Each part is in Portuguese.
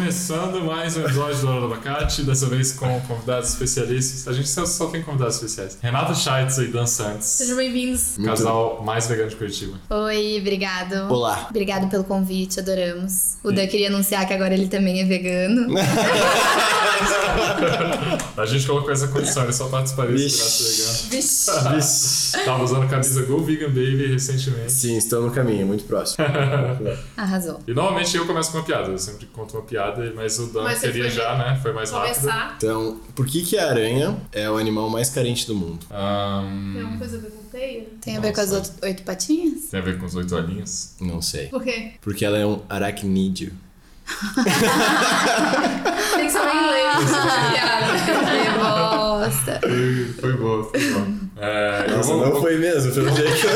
Começando mais um episódio do Hora do Abacate, dessa vez com convidados especialistas. A gente só- só tem convidados especiais. Renata Scheitz e Dan Santos, Sejam bem-vindos. Muito casal mais vegano de Curitiba. Oi, obrigado. Olá. Obrigado pelo convite, adoramos. O Dan queria anunciar que agora ele também é vegano. A gente colocou essa condição, ele só participaria se Vixe. virasse vegano. Vixe. Vixe. Tava usando a camisa Go Vegan Baby recentemente. Sim, estão no caminho, muito próximo. Arrasou. E normalmente eu começo com uma piada, eu sempre conto uma piada, mas o Dan Mas você queria foi já, né? Foi mais rápido. Começar. Então, por que, que a aranha é o animal mais carente do mundo? Ahn, Tem alguma É coisa a ver com teia? Tem a ver com as Nossa. outras oito patinhas? tem a ver com os oito olhinhos? Não sei. Por quê? Porque ela é um aracnídeo. Tem que saber inglês. Ah, Que bosta. Foi foi boa, foi bom. É, eu vou- vou- foi mesmo, pelo jeito.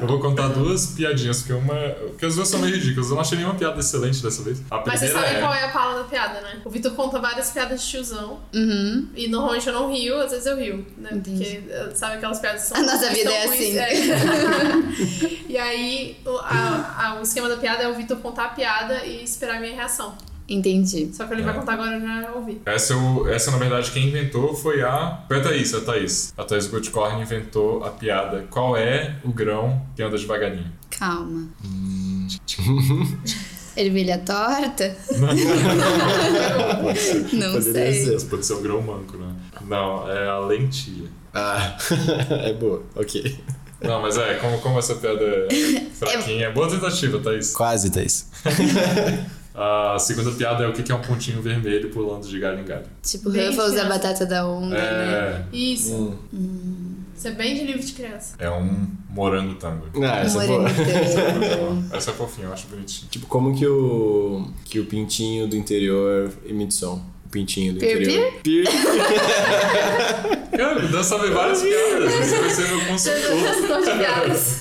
Eu vou contar duas piadinhas, porque uma. Porque as duas são meio ridículas. Eu não achei nenhuma piada excelente dessa vez. A Mas vocês primeira sabem é. qual é a pala da piada, né? O Vitor conta várias piadas de tiozão. Uhum. E normalmente eu não rio, às vezes eu rio, né? Entendi. Porque eh, sabe aquelas piadas que são. A nossa vida estão é com assim. isso- é. e aí o, a- a- o esquema da piada é o Vitor contar a piada e esperar a minha reação. Entendi. Só que ele vai Ah. contar agora eu já ouvi. Essa, eu- essa, na verdade, quem inventou foi a. Foi a Thaís, a Thaís. A Thaís Gutkorn inventou a piada. Qual é o grão que anda devagarinho? Calma. Hum. Ervilha torta? Não Poderia sei. ser. Isso pode ser um grão manco, né? Não, é a lentilha. Ah, é boa, ok. Não, mas é, como, como essa piada é fraquinha. Boa tentativa, Thaís. Quase, Thaís. A segunda piada é o que que é um pontinho vermelho pulando de galho em galho. Tipo, Bem Ruffles, a criança. batata da onda, né? É. Isso. Hum. Isso é bem de livro de criança. É um morango tango. Ah, essa é boa. Morango. Essa é fofinha, eu acho bonitinho. Tipo, como que o, que o pintinho do interior emite som? O pintinho do Pir-pir? interior. Pir? Cara, o Dan sabe várias piadas. Você vai ser meu consultor. Estou de piadas.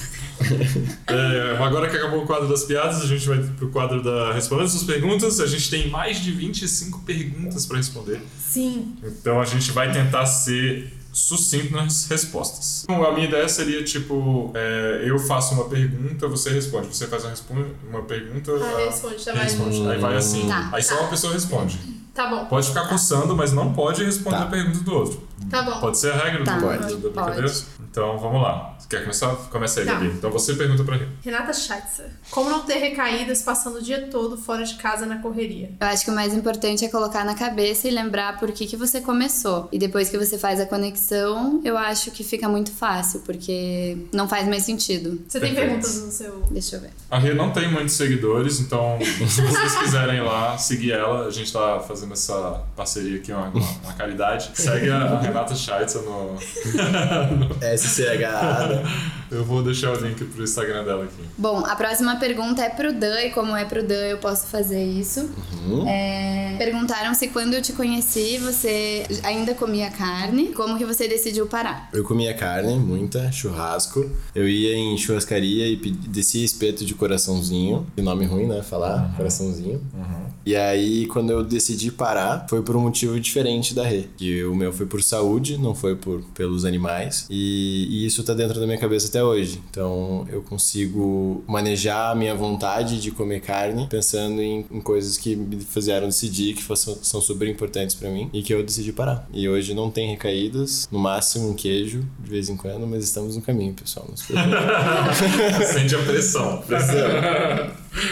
É, agora que acabou o quadro das piadas, a gente vai pro quadro da Respondendo suas perguntas. A gente tem mais de 25 perguntas pra responder. Sim. Então a gente vai tentar ser sucinto nas respostas. Então, a minha ideia seria tipo: é, eu faço uma pergunta, você responde. Você faz uma, respon- uma pergunta. Ah, a- responde, tá mais. responde. Aí vai assim. Tá. Aí só uma pessoa responde. Tá bom, Pode ficar coçando, mas não pode responder Tá. a pergunta do outro. tá bom. Pode ser a regra Tá. do, do- Pode. da Pode. brincadeira? Então vamos lá. Você Quer começar? Começa aí, Tá. Gabi. Então você pergunta pra mim. Renata Scheitzer. Como não ter recaídas passando o dia todo fora de casa na correria? Eu acho que o mais importante é colocar na cabeça e lembrar por que, que você começou. E depois que você faz a conexão, eu acho que fica muito fácil, porque não faz mais sentido. Você tem Perfeito. perguntas no seu. Deixa eu ver. A Rê não tem muitos seguidores, então se vocês quiserem ir lá seguir ela, a gente tá fazendo essa parceria aqui, uma, uma- uma caridade. Segue a Renata Scheitzer no. SCH. né? Eu vou deixar o link pro Instagram dela aqui. Bom, a próxima pergunta é pro Dan, e como é pro Dan, eu posso fazer isso. É, perguntaram se quando eu te conheci, você ainda comia carne. Como que você decidiu parar? Eu comia carne, muita, churrasco. Eu ia em churrascaria e pedi, descia espeto de coraçãozinho. Que nome ruim, né? Falar coraçãozinho. E aí, quando eu decidi parar, foi por um motivo diferente da Rê. Que o meu foi por saúde, não foi por pelos animais. E, e isso tá dentro da minha cabeça até hoje. Então, eu consigo manejar a minha vontade de comer carne pensando em, em coisas que me fizeram decidir que fossem, são super importantes pra mim e que eu decidi parar. E hoje não tem recaídas, no máximo um queijo de vez em quando, mas estamos no caminho, pessoal. Não se preocupe. Sente a pressão.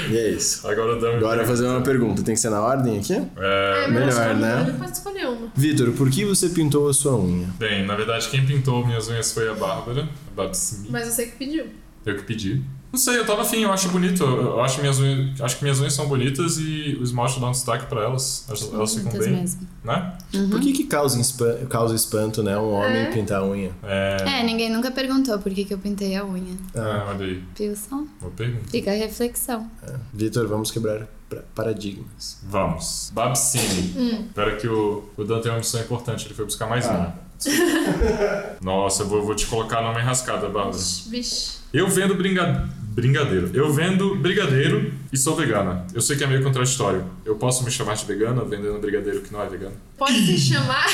e é isso. Agora dá um Agora eu vou fazer uma pergunta. Tem que ser na ordem aqui? É, melhor, escolhe, né? Ele pode escolher uma. Vitor, por que você pintou a sua unha? Bem, na verdade, quem pintou minhas unhas foi a Bárbara. A Bárbara Smith. Mas você que pediu. Eu que pedi. Não sei, eu tava afim, eu acho bonito. Eu acho, minhas unhas, acho que minhas unhas são bonitas e o esmalte dá um destaque pra elas. Elas, elas ficam Muitas bem. mesmo. Uhum. Né? Por Hum? que, que causa, espa- causa espanto, né? Um homem É. pintar a unha? É. É, ninguém nunca perguntou por que, que eu pintei a unha. Ah, olha aí. Viu só? Boa pergunta. Fica a reflexão. Vitor, vamos quebrar pra- paradigmas. Vamos. Babsine. Espera que o, o Dan tem uma missão importante, ele foi buscar mais Ah. uma. Nossa, eu vou, vou te colocar numa enrascada, Bárbara. Vixe. Eu vendo bringa... bringadeiro. Eu vendo brigadeiro E sou vegana. Eu sei que é meio contraditório. Eu posso me chamar de vegana vendendo brigadeiro que não é vegano? Pode se chamar.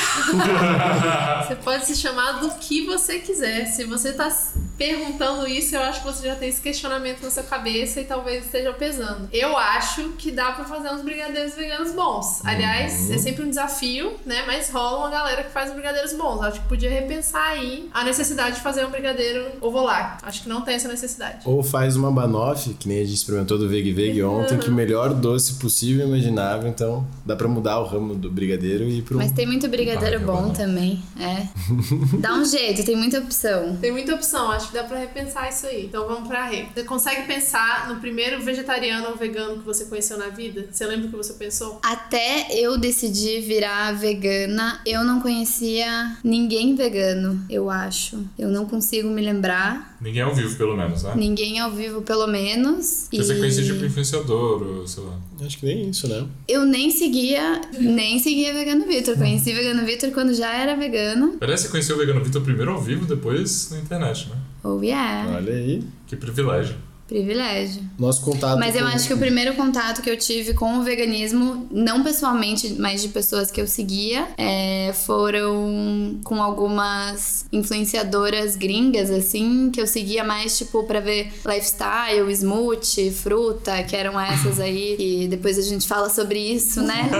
você pode se chamar do que você quiser. Se você tá s- perguntando isso, eu acho que você já tem esse questionamento na sua cabeça e talvez esteja pesando. Eu acho que dá pra fazer uns brigadeiros veganos bons. Aliás, é sempre um desafio, né? Mas rola uma galera que faz brigadeiros bons. Acho que podia repensar aí a necessidade de fazer um brigadeiro ovolacto. Acho que não tem essa necessidade. Ou faz uma banoffee, que nem a gente experimentou do Veg Veg Uhum. ontem, que o melhor doce possível e imaginável. Então dá pra mudar o ramo do brigadeiro e ir pro. Mas tem muito brigadeiro Vai, bom vai. também, é. Dá um jeito, tem muita opção. Tem muita opção, acho que dá pra repensar isso aí. Então vamos pra re. Você consegue pensar no primeiro vegetariano ou vegano que você conheceu na vida? Você lembra o que você pensou? Até eu decidir virar vegana, eu não conhecia ninguém vegano, eu acho. Eu não consigo me lembrar. Ninguém é ao vivo, pelo menos, né? Ninguém ao vivo, pelo menos. Porque Você e- conhecia tipo influenciador, ou sei lá. Acho que nem isso, né? Eu nem seguia, nem seguia Vegano Vitor. Conheci Vegano Vitor quando já era vegana. Parece que conheceu o vegano Vitor primeiro ao vivo, depois na internet, né? Oh yeah, Olha aí. Que privilégio. privilégio. Nosso contato. Mas eu com- acho que o primeiro contato que eu tive com o veganismo, não pessoalmente, mas de pessoas que eu seguia, é, foram com algumas influenciadoras gringas, assim, que eu seguia mais, tipo, pra ver lifestyle, smoothie, fruta, que eram essas aí, e depois a gente fala sobre isso, né?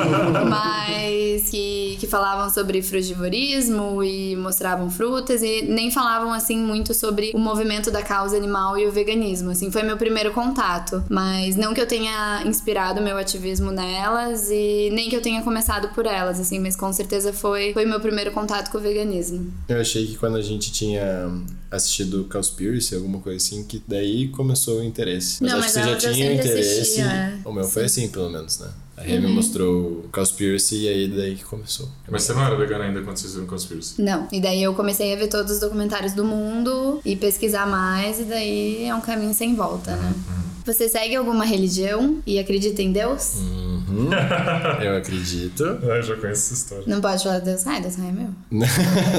mas que, que falavam sobre frugivorismo e mostravam frutas e nem falavam, assim, muito sobre o movimento da causa animal e o veganismo, assim, foi meu primeiro contato. Mas não que eu tenha inspirado meu ativismo nelas e nem que eu tenha começado por elas, assim, mas com certeza foi, foi meu primeiro contato com o veganismo. Eu achei que quando a gente tinha assistido Cowspiracy, alguma coisa assim, que daí começou o interesse. Mas Não, acho mas que você já elas eu tinha o sempre interesse. assistia, Uhum. é. O meu foi assim, pelo menos, né? A Rê me mostrou Cowspiracy e aí daí que começou. Mas você não era vegana ainda quando vocês viram Conspiracy. Não. E daí eu comecei a ver todos os documentários do mundo e pesquisar mais, e daí é um caminho sem volta, né? Você segue alguma religião e acredita em Deus? Uhum. eu acredito. Ah, eu já conheço essa história. Não pode falar Deus, ai, Deus não é meu.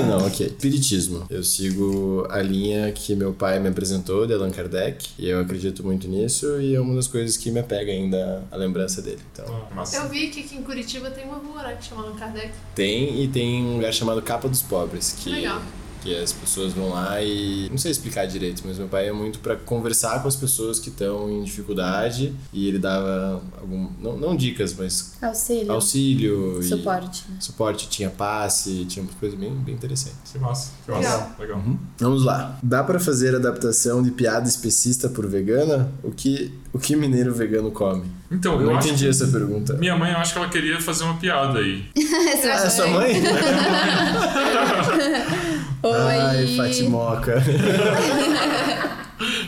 não, ok. Espiritismo. Eu sigo a linha que meu pai me apresentou, de Allan Kardec, e eu acredito muito nisso, e é uma das coisas que me apega ainda a lembrança dele. Então, Ah, massa. Eu vi que aqui em Curitiba tem uma rua né, que chama Allan Kardec. tem, e tem um lugar chamado Capa dos Pobres, que... Legal. Que as pessoas vão lá e. Não sei explicar direito, mas meu pai é muito pra conversar com as pessoas que estão em dificuldade e ele dava algum. Não, não dicas, mas É Auxílio. auxílio. e- Suporte. né? Suporte, tinha passe, tinha umas coisas bem, bem interessantes. Que massa, que massa. Legal. Vamos lá. Dá pra fazer adaptação de piada especista por vegana? O que, o que mineiro vegano come? Então, eu não acho entendi que... essa pergunta. Minha mãe, eu acho que ela queria fazer uma piada aí. Ah, é sua mãe? é. Oi. Ai, Fatimoca.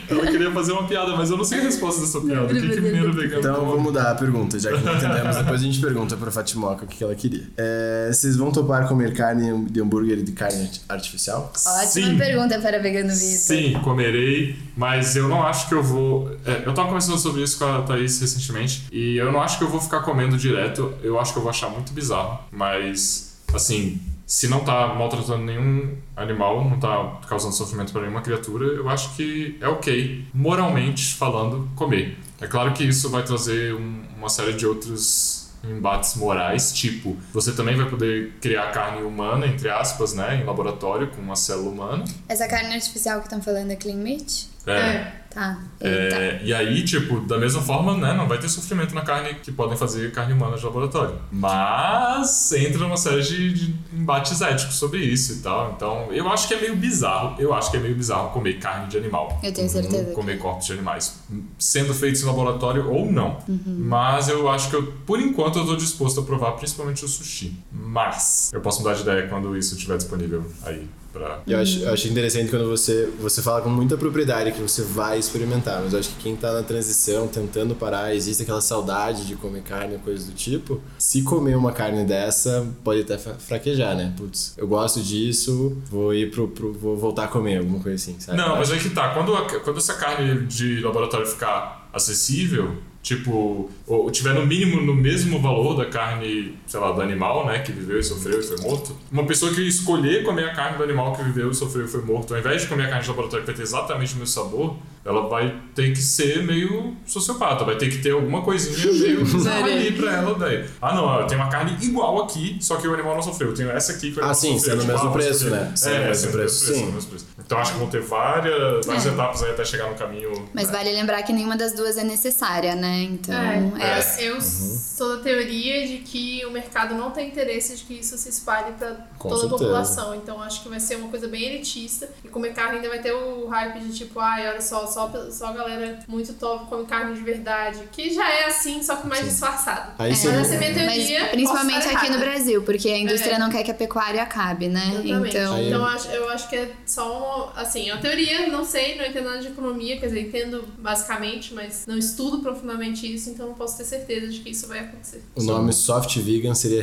Ela queria fazer uma piada, mas eu não sei a resposta dessa piada. O que, que mineiro vegano Então come? vamos mudar a pergunta, já que não entendemos. Depois a gente pergunta pra Fatimoca o que que ela queria. É, vocês vão topar comer carne de hambúrguer de carne artificial? Ótima Sim. pergunta para Vegano Vitor. Sim, comerei, mas eu não acho que eu vou. é, eu tava conversando sobre isso com a Thaís recentemente, e eu não acho que eu vou ficar comendo direto, eu acho que eu vou achar muito bizarro, mas, assim, se não tá maltratando nenhum animal, não tá causando sofrimento pra nenhuma criatura, eu acho que é ok, moralmente falando, comer. É claro que isso vai trazer um- uma série de outros embates morais, tipo, você também vai poder criar carne humana, entre aspas, né, em laboratório, com uma célula humana. Essa carne artificial que estão falando é clean meat? É. Tá. Eita. É, e aí, tipo, da mesma forma, né, não vai ter sofrimento na carne que podem fazer carne humana de laboratório. Mas entra uma série de, de embates éticos sobre isso e tal. Então, eu acho que é meio bizarro. Eu acho que é meio bizarro comer carne de animal. Eu tenho certeza. Comer corpos de animais. Sendo feitos em laboratório ou não. Mas eu acho que, eu, por enquanto, eu tô disposto a provar principalmente o sushi. Mas eu posso mudar de ideia quando isso estiver disponível aí pra... Eu acho, eu acho interessante quando você, você fala com muita propriedade que você vai experimentar, mas eu acho que quem tá na transição, tentando parar, existe aquela saudade de comer carne, coisas do tipo. Se comer uma carne dessa, pode até fra- fraquejar, né? Putz, eu gosto disso, vou ir pro, pro- vou voltar a comer, alguma coisa assim, sabe? Não, mas aí que tá. Quando, a- quando essa carne de laboratório ficar acessível, tipo, ou tiver no mínimo no mesmo valor da carne, sei lá, do animal, né, que viveu e sofreu e foi morto, uma pessoa que escolher comer a carne do animal que viveu e sofreu e foi morto, ao invés de comer a carne de laboratório que vai ter exatamente o mesmo sabor, ela vai ter que ser meio sociopata, vai ter que ter alguma coisinha meio bizarra ali pra ela daí. Ah não, ó, tem uma carne igual aqui, só que o animal não sofreu. Eu tenho essa aqui que o Ah, animal sim, sofreu. sendo o mesmo ah, mas preço, sofreu. né? É, sendo Sendo o o mesmo mesmo preço, preço, sim. sendo o mesmo preço. Então acho que vão ter várias, várias É. etapas aí até chegar no caminho. é, Mas vale lembrar que nenhuma das duas é necessária, né? Então, É, é, eu sou da teoria de que o mercado não tem interesse de que isso se espalhe para Com toda certeza. a população. Então acho que vai ser uma coisa bem elitista. E comer carne ainda vai ter o hype de tipo, ai, olha só, só, só a galera muito top come carne de verdade. Que já é assim, só que mais disfarçado. Aí Mas sim. essa é a minha Mas teoria. principalmente posso estar aqui no errada. Brasil, porque a indústria É. não quer que a pecuária acabe, né? Exatamente. Então, Aí- Então acho- eu acho que é só uma, assim, é uma teoria, não sei, não entendo nada de economia, quer dizer, entendo basicamente, mas não estudo profundamente isso, então não posso ter certeza de que isso vai acontecer. O nome soft vegan seria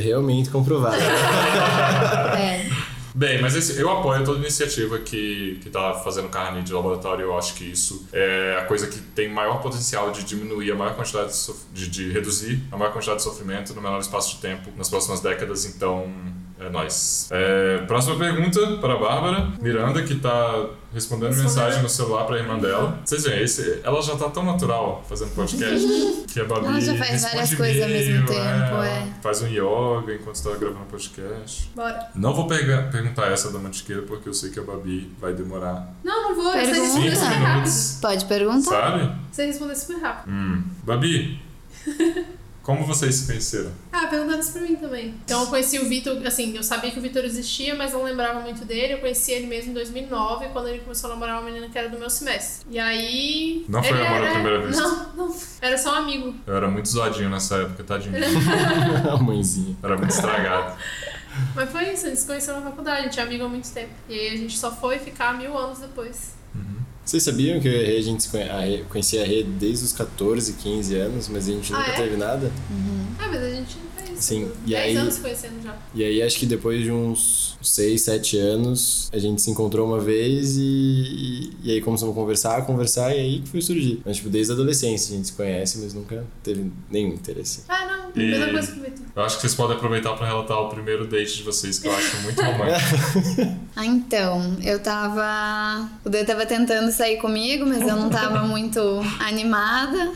realmente comprovado. é. Bem, mas esse- eu apoio toda iniciativa que, que tá fazendo carne de laboratório. Eu acho que isso é a coisa que tem maior potencial de diminuir a maior quantidade de, sof- de, de reduzir a maior quantidade de sofrimento no menor espaço de tempo nas próximas décadas. Então, é nóis. É, próxima pergunta para a Bárbara Miranda, que tá respondendo Respondendo. mensagem no celular para a irmã dela. Vocês veem, esse- ela já tá tão natural fazendo podcast que a Babi Ela já faz responde várias coisas ao mesmo e-mail, tempo, é. Faz um yoga enquanto tá gravando podcast. Bora. Não vou pega- perguntar essa da mantiqueira porque eu sei que a Babi vai demorar Não, não vou, você um Pergunta. respondeu super rápido. Pode perguntar. sabe? Você respondeu super rápido. Hum. Babi, como vocês se conheceram? Ah, perguntaram isso pra mim também. Então eu conheci o Vitor, assim, eu sabia que o Vitor existia, mas não lembrava muito dele. Eu conheci ele mesmo em 2009, quando ele começou a namorar uma menina que era do meu semestre. E aí. Não foi ele amor à era- primeira vista. Não, não. Era só um amigo. Eu era muito zoadinho nessa época, tadinho. A mãezinha. Era muito estragado. Mas foi isso, a gente se conheceu na faculdade, a gente é amigo há muito tempo. E aí a gente só foi ficar mil anos depois. Vocês sabiam que eu e a Rê, a gente se conhe- a Rê- conhecia a Rê desde os 14, 15 anos, mas a gente Ah, nunca é? teve nada? Ah, mas a gente é isso. Sim, e 10 aí- anos se conhecendo já. E aí acho que depois de uns 6, 7 anos, a gente se encontrou uma vez e, e, e aí começamos a conversar, a conversar e aí que foi surgir. Mas tipo, desde a adolescência a gente se conhece, mas nunca teve nenhum interesse. Ah, não, E- mesma coisa que o Vitor. Eu acho que vocês podem aproveitar pra relatar o primeiro date de vocês, que eu acho muito É romântico. Ah, então, eu tava. O Dan tava tentando sair comigo, mas eu não tava muito animada.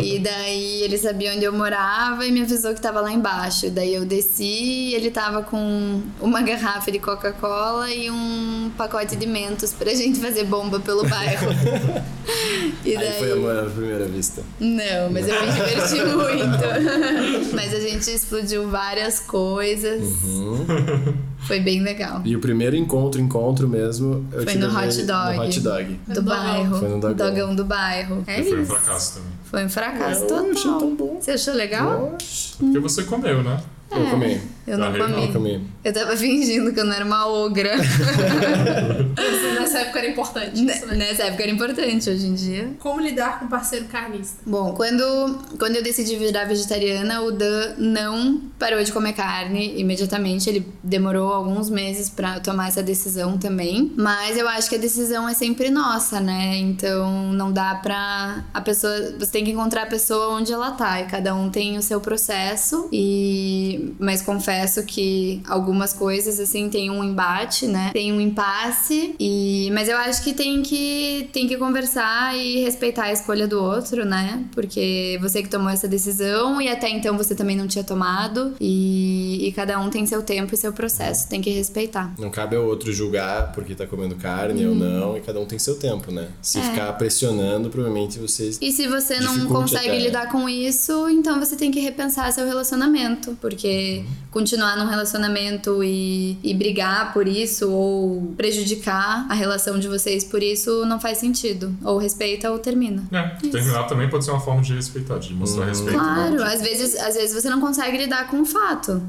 E daí ele sabia onde eu morava e me avisou que tava lá embaixo. Daí eu desci e ele tava com uma garrafa de Coca-Cola e um pacote de mentos pra gente fazer bomba pelo bairro. E Aí foi amor à primeira vista. não, mas eu me diverti muito. mas a gente explodiu várias coisas. Hum. Foi bem legal. Uhum. E o primeiro encontro, encontro mesmo, eu Foi te no levei hot dog. No hot dog. Do Foi no bairro. dogão. Foi no dogão. Dogão do bairro. É E foi um isso. fracasso também. Foi um É, fracasso Ah, Eu total. achei tão bom. Você achou legal? Oxi. Porque você comeu, né? Eu comi. Eu não Tá, eu comi. Eu comi. Eu tava fingindo que eu não era uma ogra. Nessa época era importante isso, né? N- Nessa época era importante, hoje em dia. Como lidar com um parceiro carnista? Bom, quando, quando eu decidi virar vegetariana, o Dan não parou de comer carne imediatamente. Ele demorou alguns meses pra tomar essa decisão também. Mas eu acho que a decisão é sempre nossa, né? Então não dá pra. A pessoa. Você tem que encontrar a pessoa onde ela tá. E cada um tem o seu processo. E. Mas confesso que algumas coisas, assim, tem um embate, né? Tem um impasse. E... Mas eu acho que tem que tem que conversar e respeitar a escolha do outro, né? Porque você que tomou essa decisão e até então você também não tinha tomado. E, e cada um tem seu tempo e seu processo, tem que respeitar. Não cabe ao outro julgar porque tá comendo carne ou não, e cada um tem seu tempo, né? Se ficar pressionando, provavelmente vocês. E se você não Dificulte consegue até, né? lidar com isso, então você tem que repensar seu relacionamento. Porque continuar num relacionamento e, e brigar por isso, ou prejudicar a relação de vocês por isso, não faz sentido. Ou respeita ou termina. É, terminar também pode ser uma forma de respeitar, de mostrar respeito. Claro, né? às vezes, às vezes você não consegue lidar com o fato.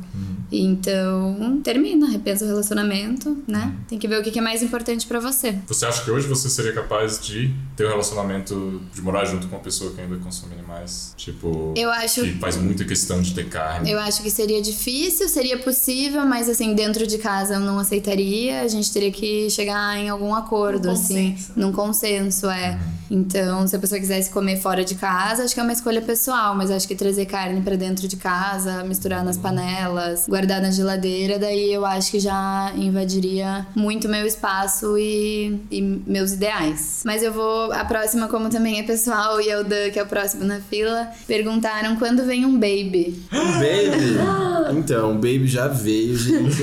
Então, termina, repensa o relacionamento, né? Tem que ver o que que é mais importante pra você. Você acha que hoje você seria capaz de ter um relacionamento, de morar junto com uma pessoa que ainda consome animais? Tipo, Eu acho- que faz muita questão de ter carne. Eu acho que seria difícil, seria possível, mas assim, dentro de casa eu não aceitaria. A gente teria que chegar em algum acordo, Num assim, consenso. num consenso, é. Então, se a pessoa quisesse comer fora de casa, acho que é uma escolha pessoal, mas acho que trazer carne pra dentro de casa, misturar nas panelas, guardar na geladeira, daí eu acho que já invadiria muito meu espaço e, e meus ideais. Mas eu vou, a próxima, como também é pessoal e é o Dan, que é o próximo na fila, perguntaram quando vem um baby. Baby! Então, o Baby já veio, gente.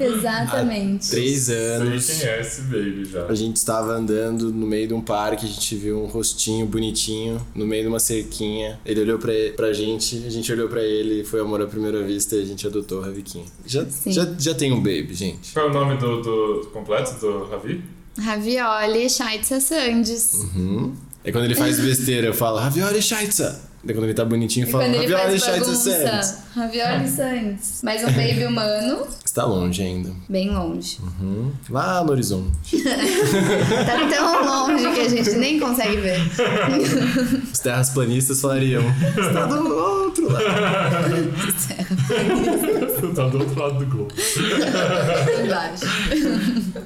Exatamente. Três anos. Sei quem é esse baby já. A gente estava andando no meio de um parque, a gente viu um rostinho bonitinho no meio de uma cerquinha. Ele olhou pra, pra gente, a gente olhou pra ele, foi amor à primeira vista e a gente adotou o Raviquinho. Já, Sim. já, já tem um baby, gente. Qual é o nome do, do completo do Ravi? Ravioli, Shaitsa Sandes. Uhum. É quando ele faz besteira, eu falo, Ravioli Shaitsa. Daí quando ele tá bonitinho, eu E falo, quando ele Ravioli é Uhum. faz Shaitsa Sands. bagunça, Ravioli Sandes. Mas um baby humano, Está longe ainda. bem longe. Uhum. Lá no horizonte. Tá tão longe que a gente nem consegue ver. Os terras planistas falariam, está do outro lado. tá do outro lado do globo. Embaixo.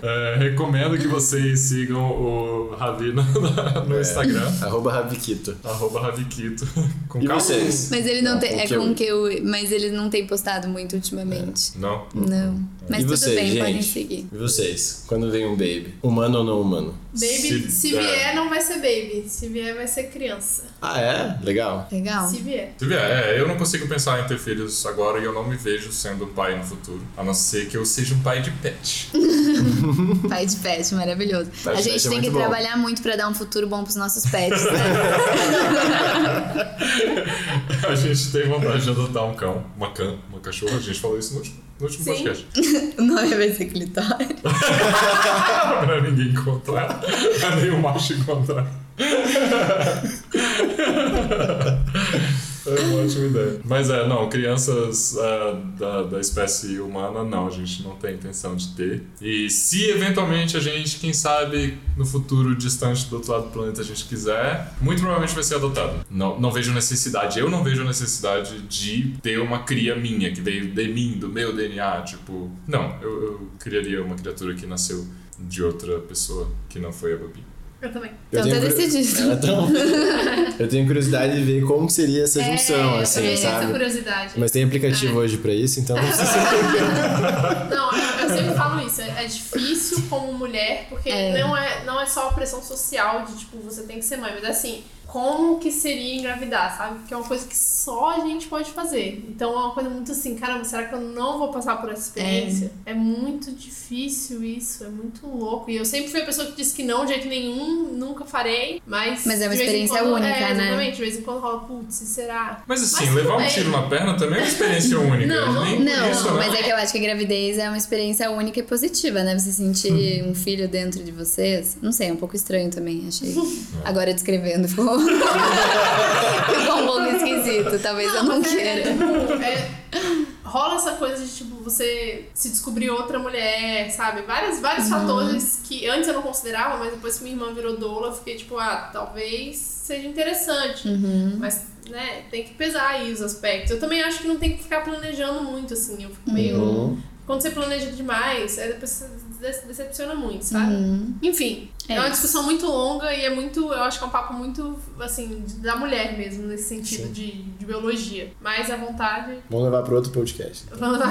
É, recomendo que vocês sigam o Ravi na- na- no Instagram. Arroba Raviquito. É. Arroba Raviquito. Com E K? vocês? Mas ele não Não, tem. É conteúdo. com que eu. Mas ele não tem postado muito ultimamente. Não. Não. Mas É. Uhum. e tudo vocês, bem, gente? podem seguir. E vocês? Quando vem um baby? Humano ou não humano? Baby, Se- se, é. vier, não vai ser baby. Se vier, vai ser criança. Ah, é? Legal. Legal. Se vier. Se vier, é, eu não consigo pensar em ter filhos agora e eu não me vejo sendo um pai no futuro. A não ser que eu seja um pai de pet. Pai de pet, maravilhoso. Pai de a gente pet é tem que muito bom. trabalhar muito pra dar um futuro bom pros nossos pets, né? A gente tem vontade de adotar um cão, uma cã, uma cachorra. A gente falou isso no último, no último Sim. podcast. o nome vai ser clitóris. pra ninguém encontrar. Pra nenhum macho encontrar. É uma ótima ideia. Mas é, não, crianças ah, da, da espécie humana, não, a gente não tem intenção de ter. E se eventualmente a gente, quem sabe, no futuro distante do outro lado do planeta a gente quiser, muito provavelmente vai ser adotado. Não, não vejo necessidade, eu não vejo necessidade de ter uma cria minha, que veio de mim, do meu DNA, tipo. Não, eu, eu criaria uma criatura que nasceu de outra pessoa que não foi a Babi. Eu também. Então tenho tá curi- decidido. É, então, eu tenho curiosidade de ver como seria essa junção, é, eu assim, também tenho essa sabe? curiosidade. Mas tem aplicativo Ah. hoje pra isso, então não precisa Não, eu eu sempre falo isso. É é difícil como mulher, porque É. Não, é, não é só a pressão social de, tipo, você tem que ser mãe. Mas, assim, como que seria engravidar, sabe? Porque é uma coisa que só a gente pode fazer. Então, é uma coisa muito assim, caramba, será que eu não vou passar por essa experiência? É, muito difícil isso, é muito louco. E eu sempre fui a pessoa que disse que não, de jeito nenhum, nunca farei. Mas, Mas é uma de vez em experiência quando- única, é, né? Exatamente, de vez em quando rola, putz, será? Mas assim, Mas tudo levar um bem. tiro na perna também é uma experiência única. Não, nem por Não, isso, né? mas é que eu acho que a gravidez é uma experiência única e positiva, né? Você sentir Uhum. um filho dentro de vocês. Não sei, é um pouco estranho também, achei. Agora descrevendo ficou. ficou um pouco esquisito. Talvez eu não mas é, queira. tipo, é- rola essa coisa de tipo você se descobrir outra mulher, sabe? Várias, vários Uhum. fatores que antes eu não considerava, mas depois que minha irmã virou doula, eu fiquei tipo, ah, talvez seja interessante. Uhum. Mas, né, tem que pesar aí os aspectos. Eu também acho que não tem que ficar planejando muito, assim. Eu fico meio. Uhum. Quando você planeja demais, aí depois você des- decepciona muito, sabe? Enfim, É é, uma isso. discussão muito longa e é muito. Eu acho que é um papo muito, assim, da mulher mesmo, nesse sentido de, de biologia. Mas à vontade. Vamos levar pra outro podcast. Vamos lá.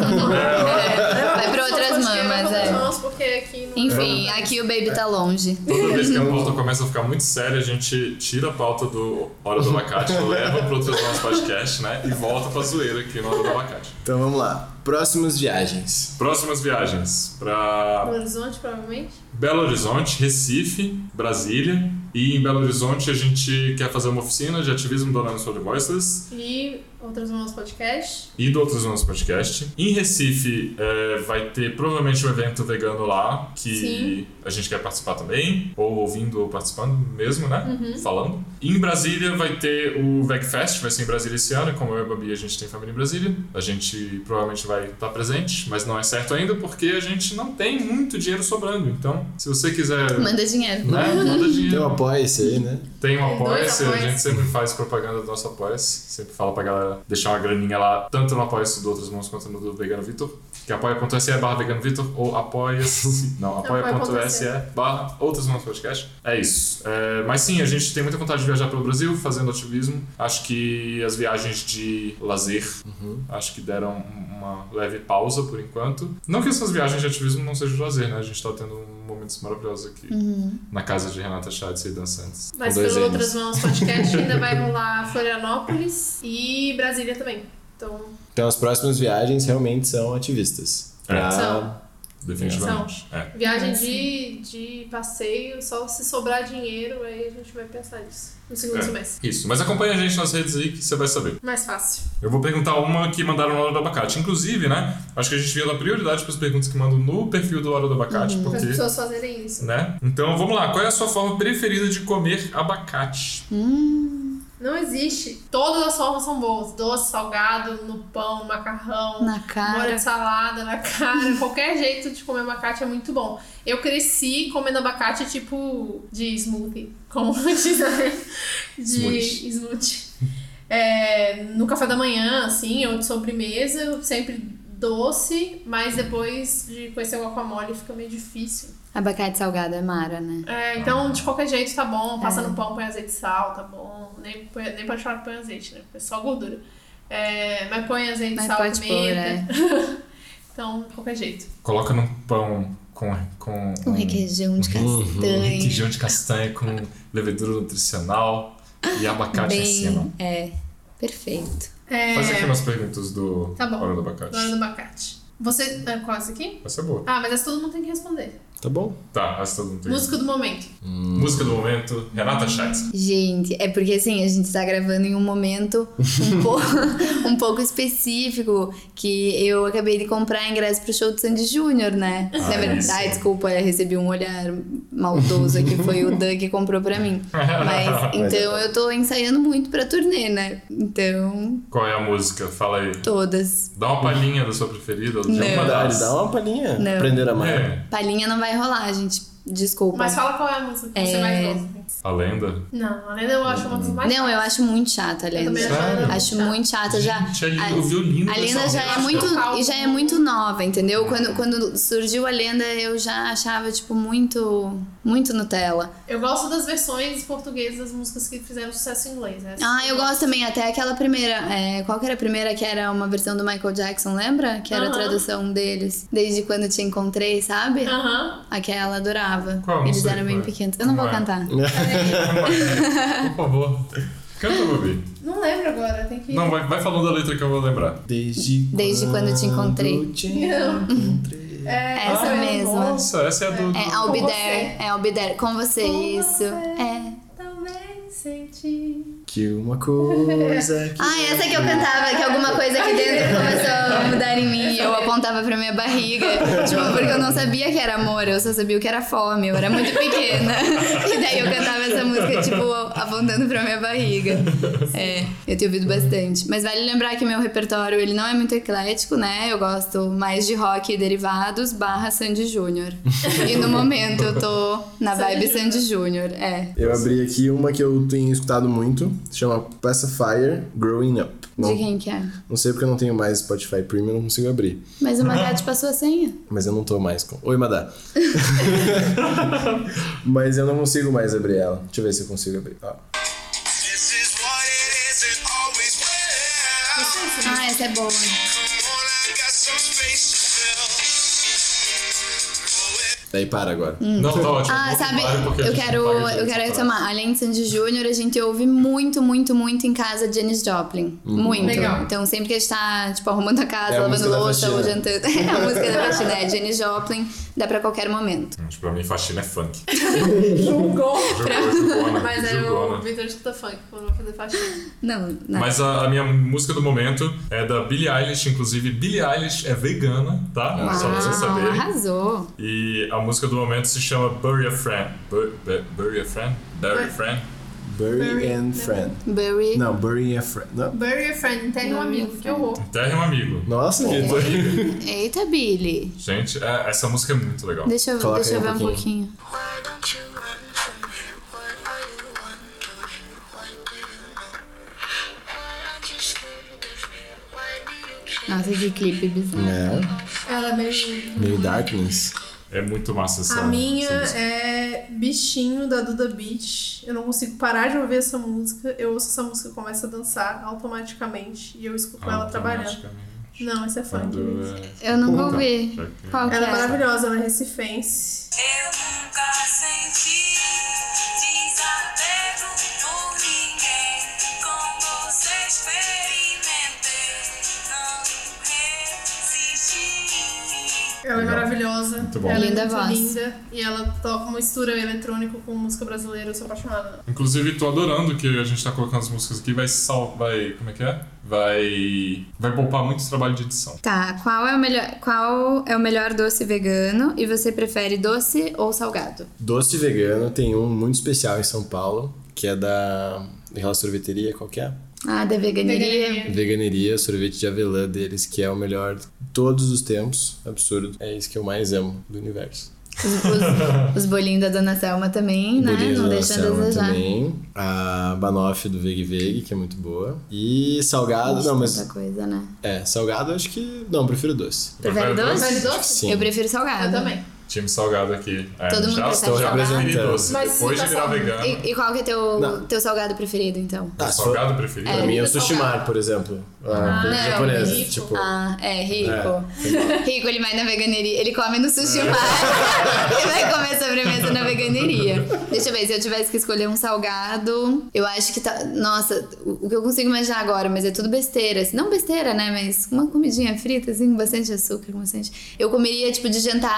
É, Vai pra outras Só pode mamas, vai pra é. outras mamas, porque aqui não- Enfim, aqui o baby tá longe. Toda vez que a pauta começa a ficar muito séria, a gente tira a pauta do Hora do Abacate, leva para outros nossos podcasts, né? E volta pra zoeira aqui no Hora do Abacate. Então vamos lá. Próximas viagens. Próximas viagens para Belo Horizonte, provavelmente. Belo Horizonte, Recife, Brasília. E em Belo Horizonte a gente quer fazer uma oficina de ativismo do Anonymous for the Voiceless. E outras mamas podcast. e do Outros Humanos Podcast. Em Recife, é, vai ter provavelmente um evento vegano lá, que Sim. a gente quer participar também, ou ouvindo ou participando mesmo, né? Falando. E em Brasília vai ter o VegFest, vai ser em Brasília esse ano, e como eu e a Babi a gente tem família em Brasília, a gente provavelmente vai estar presente, mas não é certo ainda porque a gente não tem muito dinheiro sobrando. Então, se você quiser. Manda dinheiro. Né? Manda dinheiro. Então apoia isso aí, né? Tem um Tem É, dois apoia-se, a Apoia-se. gente sempre faz propaganda do nosso apoia-se. Sempre fala pra galera deixar uma graninha lá, tanto no apoia-se do Outras Mãos quanto no do Vegano Vitor. Que é apoia.se barra Vegano Vitor ou apoia-se. Não, apoia.se barra Outras Mãos Podcast. É isso. É, mas sim, a gente tem muita vontade de viajar pelo Brasil, fazendo ativismo. Acho que as viagens de lazer acho que deram uma leve pausa por enquanto. Não que essas viagens de ativismo não sejam de lazer, né? A gente tá tendo momentos maravilhosos aqui Hum. Uhum. na casa de Renata Chades e Dan Santos. Mas Com dois pelo Ns. outras mãos podcast ainda vai rolar Florianópolis e Brasília também. Então, Então as próximas viagens realmente são ativistas. É. Pra- São. Definitivamente. É. viagem Ah, de, de passeio, só se sobrar dinheiro, aí a gente vai pensar nisso no segundo É. semestre. Isso, mas acompanha a gente nas redes aí que você vai saber. Mais fácil. Eu vou perguntar uma que mandaram no Hora do Abacate. Inclusive, né? Acho que a gente devia dar prioridade para as perguntas que mandam no perfil do Hora do Abacate, Para Uhum. as porque. pessoas fazerem isso. Né? Então vamos lá, qual é a sua forma preferida de comer abacate? Não existe. Todas as formas são boas. Doce, salgado, no pão, macarrão, Na molho cara. de salada, na cara. Qualquer jeito de comer abacate é muito bom. Eu cresci comendo abacate tipo de smoothie. Como diz a- De Smoothie. smoothie. É, no café da manhã, assim, ou de sobremesa, eu sempre doce, mas depois de conhecer o guacamole fica meio difícil. Abacate salgado é mara, né? É, então, de qualquer jeito tá bom. Passa É. no pão, põe azeite e sal, tá bom. Nem, põe- nem pode falar que põe azeite, né? Porque é só gordura. É, mas põe azeite, Mas sal, pode pôr, é. pimenta. então, de qualquer jeito. Coloca num pão com. com Um requeijão de um castanha. requeijão de castanha com levedura nutricional e abacate em cima. Bem, é. Perfeito. É, Faz aqui umas perguntas do Tá bom. Hora do Abacate. Dona do abacate. Você. É, qual é essa aqui? Vai ser boa. Ah, mas essa todo mundo tem que responder. Tá bom. Tá, essa todo mundo tem. Música do momento. Música do momento, Renata Schatz. Gente, é porque assim, a gente tá gravando em um momento um, po- um pouco específico que eu acabei de comprar ingresso pro show do Sandy Júnior, né? Ah, Lembra? isso. Ai, desculpa, eu recebi um olhar maldoso aqui, foi o Dan que comprou pra mim. Mas então eu tô ensaiando muito pra turnê, né? Então, Qual é a música? Fala aí. todas. Dá uma palhinha da sua preferida, de Não. uma Dá, das. dá uma palhinha. É. Não. Aprender a amar. É, Palhinha não vai rolar, gente. Desculpa. Mas fala qual é a música que você É. mais gosta. a lenda. Não, a Lenda eu acho uma das mais. Não, eu acho muito chata, Eu também Lenda. acho a Lenda Acho chata. muito chata Ah, tá já. Gente, a a- Linda- o violino. A dessa lenda já é música. muito e já é muito nova, entendeu? Quando, quando surgiu a lenda, eu já achava tipo muito muito Nutella. Eu gosto das versões portuguesas das músicas que fizeram sucesso em inglês. Né? Ah, eu gosto também até aquela primeira, é, qual que era a primeira que era uma versão do Michael Jackson, lembra? Que era a Aham. tradução deles. Desde quando te encontrei, sabe? Aham. Aquela adorava. Qual? Não Eles sei eram qual bem é. pequenos. Eu não Não vou é. cantar. Por favor. Canta, Bubi. Não lembro agora, tem que. Não, vai, vai falando a letra que eu vou lembrar. Desde, Desde quando te encontrei. te Não. encontrei. É, Essa Ah, mesma. Nossa, essa é a do. É do- I'll be Com there, é I'll be there. com você Com isso. você. É. Também senti. Que uma coisa que. Ah, essa que eu cantava, que alguma coisa aqui dentro começou a mudar em mim. Eu apontava pra minha barriga. Tipo, porque eu não sabia que era amor, eu só sabia o que era fome. Eu era muito pequena. E daí eu cantava essa música, tipo, apontando pra minha barriga. É, eu tenho ouvido bastante. Mas vale lembrar que meu repertório, ele não é muito eclético, né? Eu gosto mais de rock e derivados barra Sandy Júnior. E no momento eu tô na vibe Sandy Júnior, é. Eu abri aqui uma que eu tenho escutado muito, chama Pacifier Growing Up. De Não, quem que é? não sei porque eu não tenho mais Spotify Premium, não consigo abrir. Mas o Magate passou a senha. Mas eu não tô mais com. Oi, Madá. Mas eu não consigo mais abrir ela. Deixa eu ver se eu consigo abrir. Ó. This is what it is, it always will. Ah, essa é boa. Come on, I got some space to fill. Oh, it Daí para agora. Não, tá ótimo. Ah, Vou sabe, um parar porque a eu gente não quero, paga direito eu quero pra- retomar. Além de Sandy Júnior, a gente ouve muito, muito, muito em casa Janis Joplin. Muito. Legal. Então, sempre que a gente tá, tipo, arrumando a casa, Uhum. É a lavando música da louça ou faxina. jantando. É a música da faxina, é Janis Joplin, dá pra qualquer momento. Gente, pra mim, faxina é funk. Julgou. Jogou, jogou, Mas né? é Jogou, o né? Vitor escuta funk quando vai fazer faxina. Não, não. Mas a, a minha música do momento é da Billie Eilish, inclusive. Billie Eilish é vegana, tá? Só pra vocês Uau, saberem. Ah, arrasou. E a música do momento se chama Bury a Friend. Bur- bu- Bury a Friend? Bury a Friend? Bury and Friend. Barry. Não, Bury and Friend. Não. Bury a friend, enterre um amigo, que horror. Enterre um amigo. Nossa, Vitor. Eita, Billy. Gente, é- essa música é muito legal. Deixa eu, Coloca deixa eu aí um ver um pouquinho. Why don't you run from here? Why Nossa, que clipe bizarro. né? Ela é meio. Meio Darkness. É muito massa essa. A minha essa música. é Bichinho da Duda Beach. Eu não consigo parar de ouvir essa música. Eu ouço essa música e começo a dançar automaticamente. E eu escuto ela trabalhando. Automaticamente. Não, essa é funk. Quando mesmo. é- Eu nunca Então, ouvi. já que- Qual que Ela é é? maravilhosa, ela é recifense. Eu nunca senti desapego por ninguém. Com você experimentei, não resisti. Ela é Legal. maravilhosa. Muito bom. Ela Linda é muito voz. linda. E ela toca uma mistura eletrônica com música brasileira. Eu sou apaixonada. Inclusive, tô adorando que a gente tá colocando as músicas aqui. Vai sal... Vai. Como é que é? Vai. Vai poupar muito trabalho de edição. Tá, qual é, o melhor, qual é o melhor doce vegano e você prefere doce ou salgado? Doce vegano tem um muito especial em São Paulo, que é da. Daquela sorveteria, qual que é? Ah, da veganeria. Veganeria. Veganeria, sorvete de avelã deles, que é o melhor de todos os tempos. Absurdo. É isso que eu mais amo do universo. Os, os- os bolinhos da Dona Selma também, né? Bolinhas Não da deixa a Selma desejar. também. A banoffee do Veg Veg, que é muito boa. E salgado, não, mas. Tanta coisa, né? É, salgado eu acho que. Não, eu prefiro doce. Prefere doce? Prefere doce? Sim. Eu prefiro salgado. Eu também. Time salgado aqui. É, Todo mundo já prefere estou salgado. representando. Mas Depois de se tá virar salgado. vegano. E, e qual que é teu, Não. teu salgado preferido, então? Ah, se for- Salgado preferido? Pra mim é o prefiro sushi salgado. mar, por exemplo. Ah, não, japonesa. rico. Tipo, Ah, é, rico. Rico, ele vai na veganeria. Ele come no sushi bar e vai comer sobremesa na veganeria. Deixa eu ver, se eu tivesse que escolher um salgado, eu acho que tá. Nossa, o o que eu consigo imaginar agora, mas é tudo besteira. assim, Não besteira, né? Mas uma comidinha frita, assim, com bastante açúcar, com bastante. Eu comeria, tipo, de jantar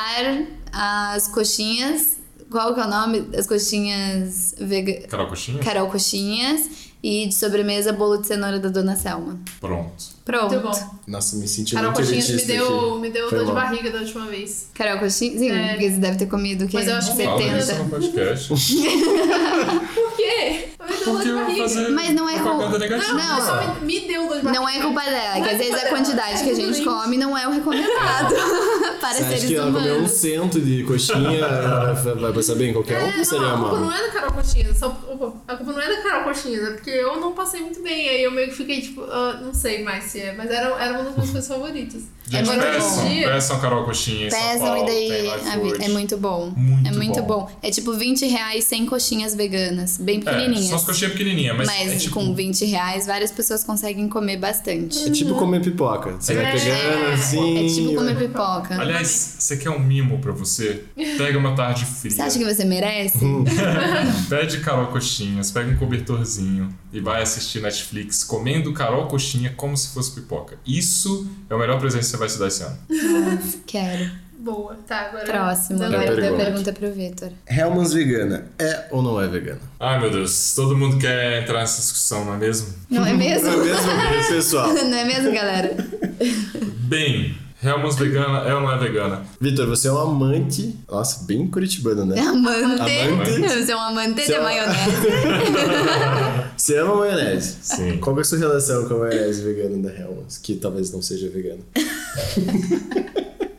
as coxinhas. Qual que é o nome? As coxinhas vega... Carol Coxinha? Carol Coxinhas. E de sobremesa, bolo de cenoura da Dona Selma. Pronto. Pronto. Muito bom. Nossa, me senti Carol muito Coxinhas elitista me deu, aqui. me deu Foi dor de mal. barriga da última vez. Carol Coxinha? Sim, É. porque você deve ter comido é o quê? Mas eu acho que Fala disso 70. no podcast. Por quê? Me deu dor Porque de eu vou barriga. fazer Mas não é propaganda ru- negativa. Não. Só me, me deu dor de barriga. Não é culpa dela, Não que é às vezes culpa a dela, quantidade que a é gente ruim. come não é o recomendado para Você acha seres que ela é comeu um humanos. cento de coxinha, ela vai, vai passar bem? Qualquer um É, passaria não, a culpa não mal. é da Carol Coxinhas. só- opa, a culpa não é da Carol Coxinhas, é porque eu não passei muito bem. Aí eu meio que fiquei tipo, ah, não sei mais se é, mas era, era uma das minhas coisas favoritas. Gente, É muito peçam, bom. peçam Carol Coxinha em São Pesam Paulo, e daí um tem é, live mu- é hoje. muito bom. Muito é muito bom. bom. É tipo 20 reais sem coxinhas veganas, bem É, são pequenininhas. as coxinhas pequenininhas, mas, mas é tipo... com 20 reais várias pessoas conseguem comer bastante. É um- tipo comer pipoca. Você vai É. pegando assim. É tipo comer vai- pipoca. Aliás, você quer um mimo pra você? Pega uma tarde fria. Você acha que você merece? Pede Carol Coxinhas, pega um cobertorzinho e vai assistir Netflix comendo Carol Coxinha como se fosse pipoca. Isso é o melhor presente que você vai se dar esse ano. Quero. Boa. Tá, agora. Próximo. Dando É a Agora dá a pergunta pergunta. pro Vitor. Hellmann's vegana. É ou não é vegana? Ai meu Deus, todo mundo quer entrar nessa discussão, não é mesmo? Não é mesmo? É mesmo, pessoal. Não é mesmo, galera? Bem, Helmans vegana é ou não é vegana? Vitor, você é um amante. Nossa, bem curitibano, É né? Amante. Amante. Você é um amante Você de é um- maionese. Você ama maionese. Sim. Qual que é a sua relação com a maionese vegana da Hellmann's? Que talvez não seja vegana.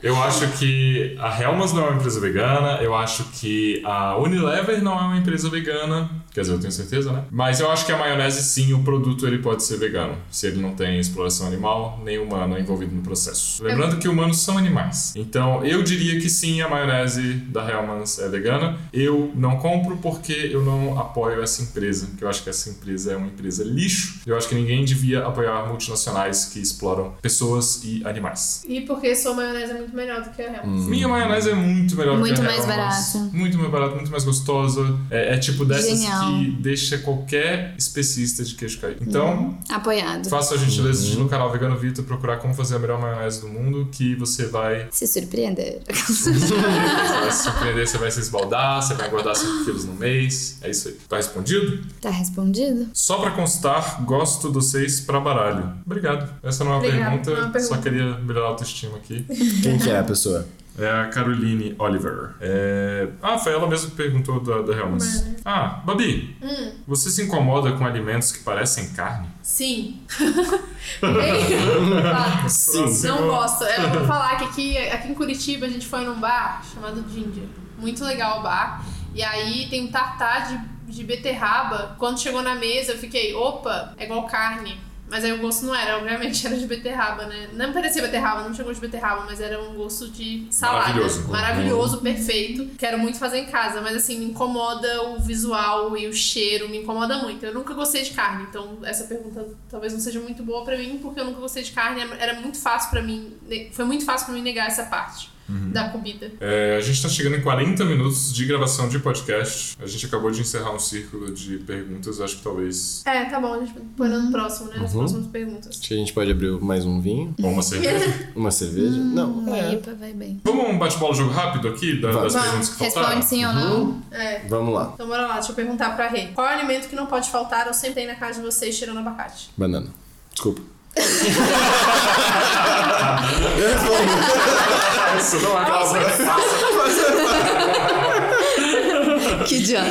Eu acho que a Helmas não é uma empresa vegana, eu acho que a Unilever não é uma empresa vegana, quer dizer, eu tenho certeza, né? Mas eu acho que a maionese sim, o produto ele pode ser vegano, se ele não tem exploração animal nem humana envolvido no processo. Lembrando que humanos são animais. Então, eu diria que sim, a maionese da Hellmann's é vegana. Eu não compro porque eu não apoio essa empresa, porque eu acho que essa empresa é uma empresa lixo. Eu acho que ninguém devia apoiar multinacionais que exploram pessoas e animais. E porque sua maionese é muito melhor do que a Helms. Minha maionese é muito melhor Muito que a mais Hellmann's. barata. Muito mais barata, muito mais gostosa. É, é tipo dessas Genial. que deixa qualquer especista de queijo cair. Hum. Então, Apoiado. faça a gentileza de ir no canal Vegano Vitor procurar como fazer a melhor maionese do mundo, que você vai, Se surpreender. você vai se surpreender, você vai se esbaldar, você vai engordar 5 quilos no mês. É isso aí. Tá respondido? Tá respondido? Só pra constar, gosto de vocês pra baralho. Obrigado. Essa não é uma, Obrigada, pergunta, não é uma só pergunta. queria melhorar a autoestima aqui. Quem que é a pessoa? É a Caroline Oliver. É... Ah, foi ela mesma que perguntou da, da Helms. Ah, Babi, você se incomoda com alimentos que parecem carne? Sim. Bem, fato. Sim. Não gosto. É, Eu vou falar que aqui, aqui em Curitiba a gente foi num bar chamado Ginger. Muito legal o bar. E aí tem um tartar de, de beterraba. Quando chegou na mesa eu fiquei, opa, é igual carne. Mas aí o gosto não era, obviamente, era de beterraba, né? Não parecia beterraba, não chegou de beterraba, mas era um gosto de salada. Maravilhoso. Maravilhoso, perfeito. Quero muito fazer em casa, mas assim, me incomoda o visual e o cheiro, me incomoda muito. Eu nunca gostei de carne, então essa pergunta talvez não seja muito boa pra mim, porque eu nunca gostei de carne, era muito fácil pra mim, foi muito fácil pra mim negar essa parte da comida. É, a gente tá chegando em 40 minutos de gravação de podcast. A gente acabou de encerrar um círculo de perguntas, acho que talvez. É, tá bom, a gente põe no próximo, né? Nas Uhum. próximas perguntas. Acho que a gente pode abrir mais um vinho, Ou uma cerveja. uma cerveja. não, Uma é. IPA vai bem. Vamos um bate-bola jogo rápido aqui, da- das Vamos. perguntas que faltaram? Uhum. Responde sim ou não. É. Vamos lá. Então bora lá, deixa eu perguntar pra Rei. Qual é o alimento que não pode faltar ou sempre tem na casa de vocês cheirando abacate? Banana. Desculpa. Isso não é gravação. Que idiota.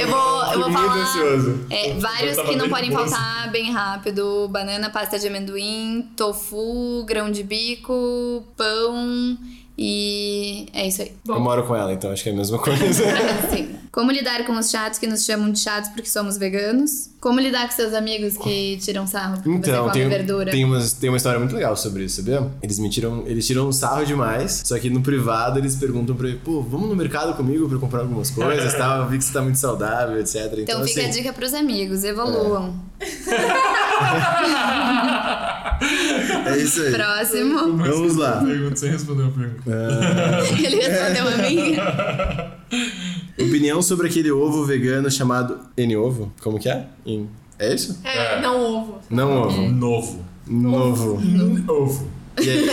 eu vou, eu vou Muito falar. ansioso. É, vários tava que não bem podem nervoso. faltar bem rápido: banana, pasta de amendoim, tofu, grão de bico, pão e. É isso aí. Eu moro com ela, então acho que é a mesma coisa. Sim. Como lidar com os chatos que nos chamam de chatos porque somos veganos? Como lidar com seus amigos que tiram sarro porque você Então, come tem, um- verdura? tem, umas, tem uma história muito legal sobre isso, sabia? Eles me tiram, eles tiram um sarro demais, só que no privado eles perguntam pra ele, pô, vamos no mercado comigo pra eu comprar algumas coisas e tal, eu vi que você tá muito saudável, etc. Então, Então fica assim, a dica pros amigos, evoluam. é isso aí. Próximo. Vamos lá. Pergunta sem responder a pergunta. Ele respondeu a mim. Opinião sobre aquele ovo vegano chamado N-ovo? Como que é? Em- É isso? É, É. não ovo. Não ovo. Novo. Novo. Novo. E aí,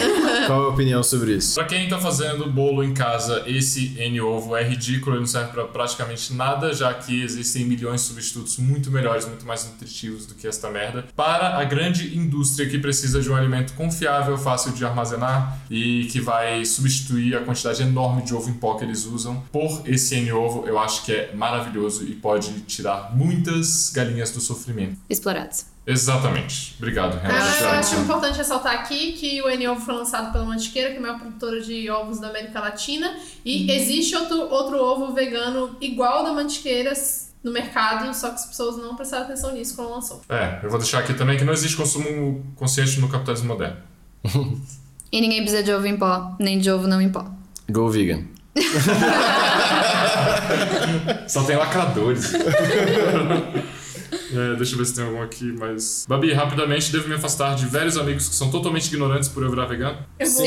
qual a opinião sobre isso? Pra quem tá fazendo bolo em casa, esse N-ovo é ridículo, ele não serve pra praticamente nada, já que existem milhões de substitutos muito melhores, muito mais nutritivos do que esta merda. Para a grande indústria que precisa de um alimento confiável, fácil de armazenar e que vai substituir a quantidade enorme de ovo em pó que eles usam por esse N-ovo, eu acho que é maravilhoso e pode tirar muitas galinhas do sofrimento. Explorados. Exatamente. Obrigado, Renan. Ah, eu acho importante ressaltar aqui que o N-Ovo foi lançado pela Mantiqueira, que é a maior produtora de ovos da América Latina. E existe outro, outro ovo vegano igual ao da Mantiqueira no mercado, só que as pessoas não prestaram atenção nisso quando lançou. É, eu vou deixar aqui também que não existe consumo consciente no capitalismo moderno. E ninguém precisa de ovo em pó, nem de ovo não em pó. Go vegan. Só tem lacradores. É, deixa eu ver se tem algum aqui, mas. Babi, rapidamente devo me afastar de velhos amigos que são totalmente ignorantes por eu virar vegano. Eu vou,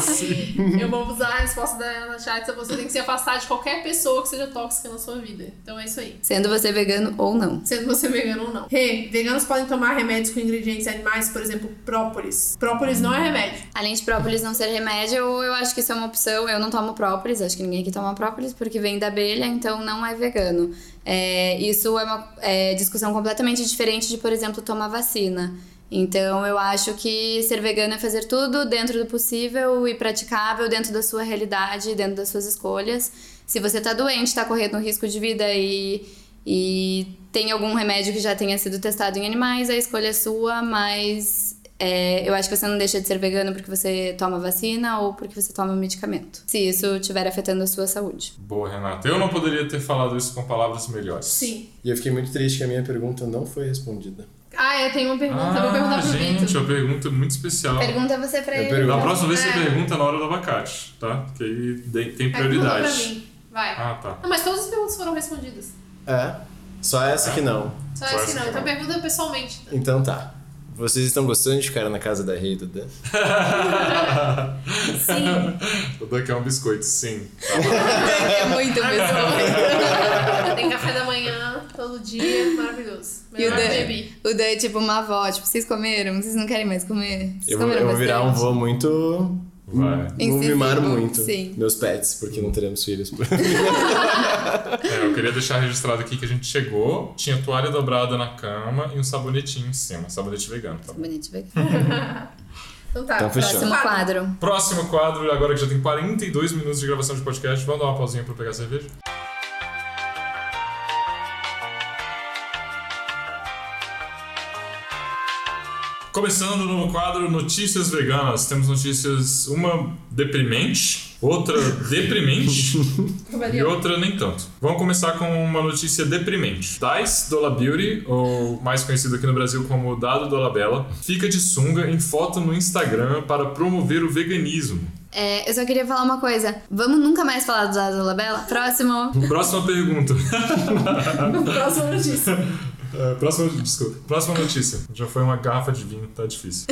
Sim. eu vou usar a resposta da Ana Chat, você tem que se afastar de qualquer pessoa que seja tóxica na sua vida. Então é isso aí. Sendo você vegano ou não. Sendo você vegano ou não. Rê, veganos podem tomar remédios com ingredientes animais, por exemplo, própolis. Própolis não é remédio. Além de própolis não ser remédio, eu acho que isso é uma opção. Eu não tomo própolis, acho que ninguém aqui toma própolis porque vem da abelha, então não é vegano. É, isso é uma é, discussão completamente diferente de, por exemplo, tomar vacina. Então eu acho que ser vegano é fazer tudo dentro do possível e praticável dentro da sua realidade, dentro das suas escolhas. Se você tá doente, tá correndo um risco de vida e e tem algum remédio que já tenha sido testado em animais, a escolha é sua, mas é, eu acho que você não deixa de ser vegano porque você toma vacina ou porque você toma medicamento. Se isso estiver afetando a sua saúde. Boa, Renata. Eu não poderia ter falado isso com palavras melhores. Sim. E eu fiquei muito triste que a minha pergunta não foi respondida. Ah, é, tem uma pergunta. eu vou Ah, perguntar pro gente, Vitor. uma pergunta muito especial. Pergunta você pra Eu ele. pergunto. Da próxima vez É. você pergunta na hora do abacate, tá? Que aí de- tem Aí pergunta pra prioridade. mim. Vai. Ah, tá. Não, mas todas as perguntas foram respondidas. É, só essa que não. Só Só essa que essa não. que não. Então pergunta pessoalmente. Então tá. Vocês estão gostando de ficar na casa da Rei e Duda? Sim, O Duck é um biscoito, sim. é muito pessoal. Tem café da manhã, todo dia, maravilhoso. E o Melhor bebê. Dan, o Dan é tipo uma avó, tipo, vocês comeram? Vocês não querem mais comer? Vocês Eu, vou- comeram eu vou virar um bastante?" vô muito. Vai. Vou Incisivo, mimar muito sim. meus pets, porque não teremos filhos. É, eu queria deixar registrado aqui que a gente chegou, tinha toalha dobrada na cama e um sabonetinho em cima. Sabonete vegano, tá bom? Bonito, vegano. Então tá, Então fechou. Próximo quadro. Próximo quadro, agora que já tem 42 minutos de gravação de podcast, vamos dar uma pausinha pra eu pegar cerveja? Começando no quadro Notícias Veganas, temos notícias, uma deprimente, outra deprimente e outra nem tanto. Vamos começar com uma notícia deprimente. Dice Dola Beauty, ou mais conhecido aqui no Brasil como Dado Dolabella, fica de sunga em foto no Instagram para promover o veganismo. É, eu só queria falar uma coisa. Vamos nunca mais falar do Zaza Labella? Próximo. Próxima pergunta. Próxima notícia. É, próxima, desculpa. Próxima notícia. Já foi uma garrafa de vinho, tá difícil.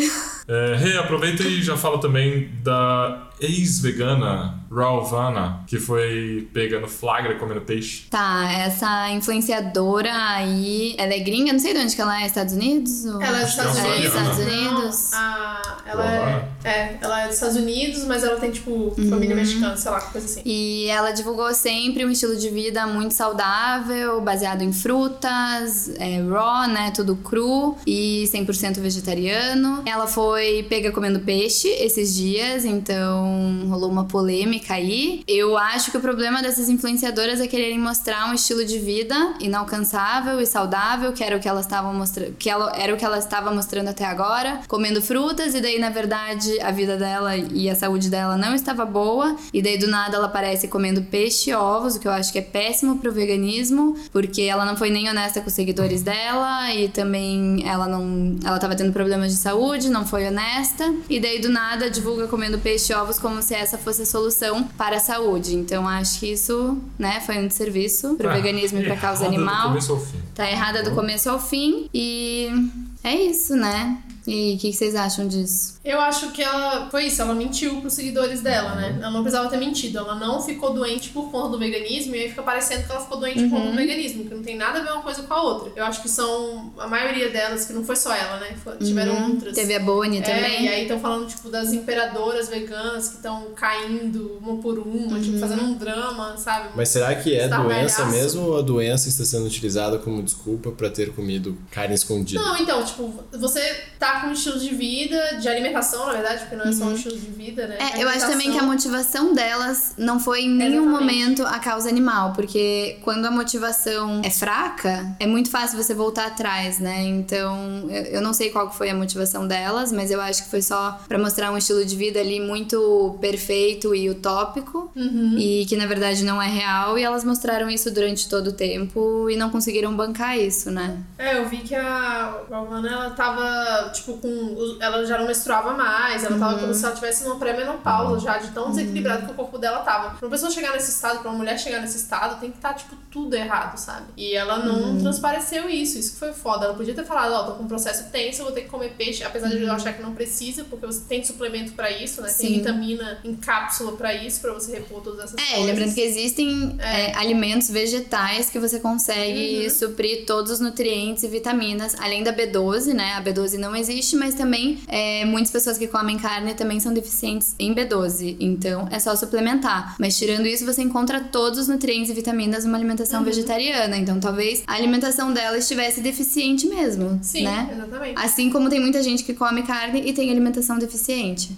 É, Rê, aproveita e já fala também da ex-vegana Ralvana, que foi pega no flagra comendo peixe. Tá, essa influenciadora aí, ela é gringa, não sei de onde que ela é, Estados Unidos? Ou... Ela é dos Estados Ela é Unidos. dos Estados Unidos? Não, a- ela é, é, ela é dos Estados Unidos, mas ela tem, tipo, família mexicana, sei lá, coisa assim. E ela divulgou sempre um estilo de vida muito saudável, baseado em frutas, é, raw, né? Tudo cru e 100% vegetariano. Ela foi pega comendo peixe esses dias, então rolou uma polêmica aí. Eu acho que o problema dessas influenciadoras é quererem mostrar um estilo de vida inalcançável e saudável, que era o que elas estavam mostrando, que ela, era o que ela estava mostrando até agora, comendo frutas e daí na verdade a vida dela e a saúde dela não estava boa e daí do nada ela aparece comendo peixe e ovos, o que eu acho que é péssimo pro veganismo, porque ela não foi nem honesta com os seguidores dela e também ela não, ela tava tendo problemas de saúde, não foi honesta e daí do nada divulga comendo peixe e ovos como se essa fosse a solução para a saúde. Então acho que isso, né, foi um desserviço pro Ah, veganismo e pra causa errada do animal. começo ao fim. Tá errada do começo ao fim e é isso, né? E o que, que vocês acham disso? Eu acho que ela. Foi isso, ela mentiu pros seguidores dela, Uhum. né? Ela não precisava ter mentido. Ela não ficou doente por conta do veganismo e aí fica parecendo que ela ficou doente por Uhum. conta do veganismo, que não tem nada a ver uma coisa com a outra. Eu acho que são a maioria delas, que não foi só ela, né? Foi- Tiveram outras. Uhum. Teve a Bonnie É, também. E aí estão falando, tipo, das imperadoras veganas que estão caindo uma por uma, Uhum. tipo, fazendo um drama, sabe? Mas será que é Estardalhaço. doença mesmo ou a doença está sendo utilizada como desculpa pra ter comido carne escondida? Não, então, tipo, você tá com um estilo de vida, de alimentação, na verdade, porque não é só um estilo de vida, né? Uhum. É, eu acho também que a Alimentação. motivação delas não foi em nenhum Exatamente. momento a causa animal, porque quando a motivação é fraca, é muito fácil você voltar atrás, né? Então, eu, eu não sei qual que foi a motivação delas, mas eu acho que foi só pra mostrar um estilo de vida ali muito perfeito e utópico, e que na verdade não é real, e elas mostraram isso durante todo o tempo e não conseguiram bancar isso, né? É, eu vi que a Galvana, ela tava, tipo, com... Ela já não menstruava mais, ela tava Uhum. como se ela tivesse numa pré-menopausa já, de tão desequilibrado que o corpo dela tava. Pra uma pessoa chegar nesse estado, pra uma mulher chegar nesse estado, tem que estar, tipo, tudo errado, sabe? E ela não Uhum. transpareceu isso, isso que foi foda. Ela podia ter falado, ó, tô com um processo tenso, eu vou ter que comer peixe, apesar de eu achar que não precisa, porque você tem suplemento pra isso, né? Tem Uhum. Sim. vitamina em cápsula pra isso, pra você repor todas essas É, coisas. e lembrando que existem é, Uhum. alimentos vegetais que você consegue suprir todos os nutrientes e vitaminas, além da B12, né? A B12 não existe, mas também é, muitas pessoas que comem carne também são deficientes em B12. Então é só suplementar. Mas tirando isso, você encontra todos os nutrientes e vitaminas numa alimentação vegetariana. Então talvez a alimentação dela estivesse deficiente mesmo. Sim, né? exatamente. Assim como tem muita gente que come carne e tem alimentação deficiente.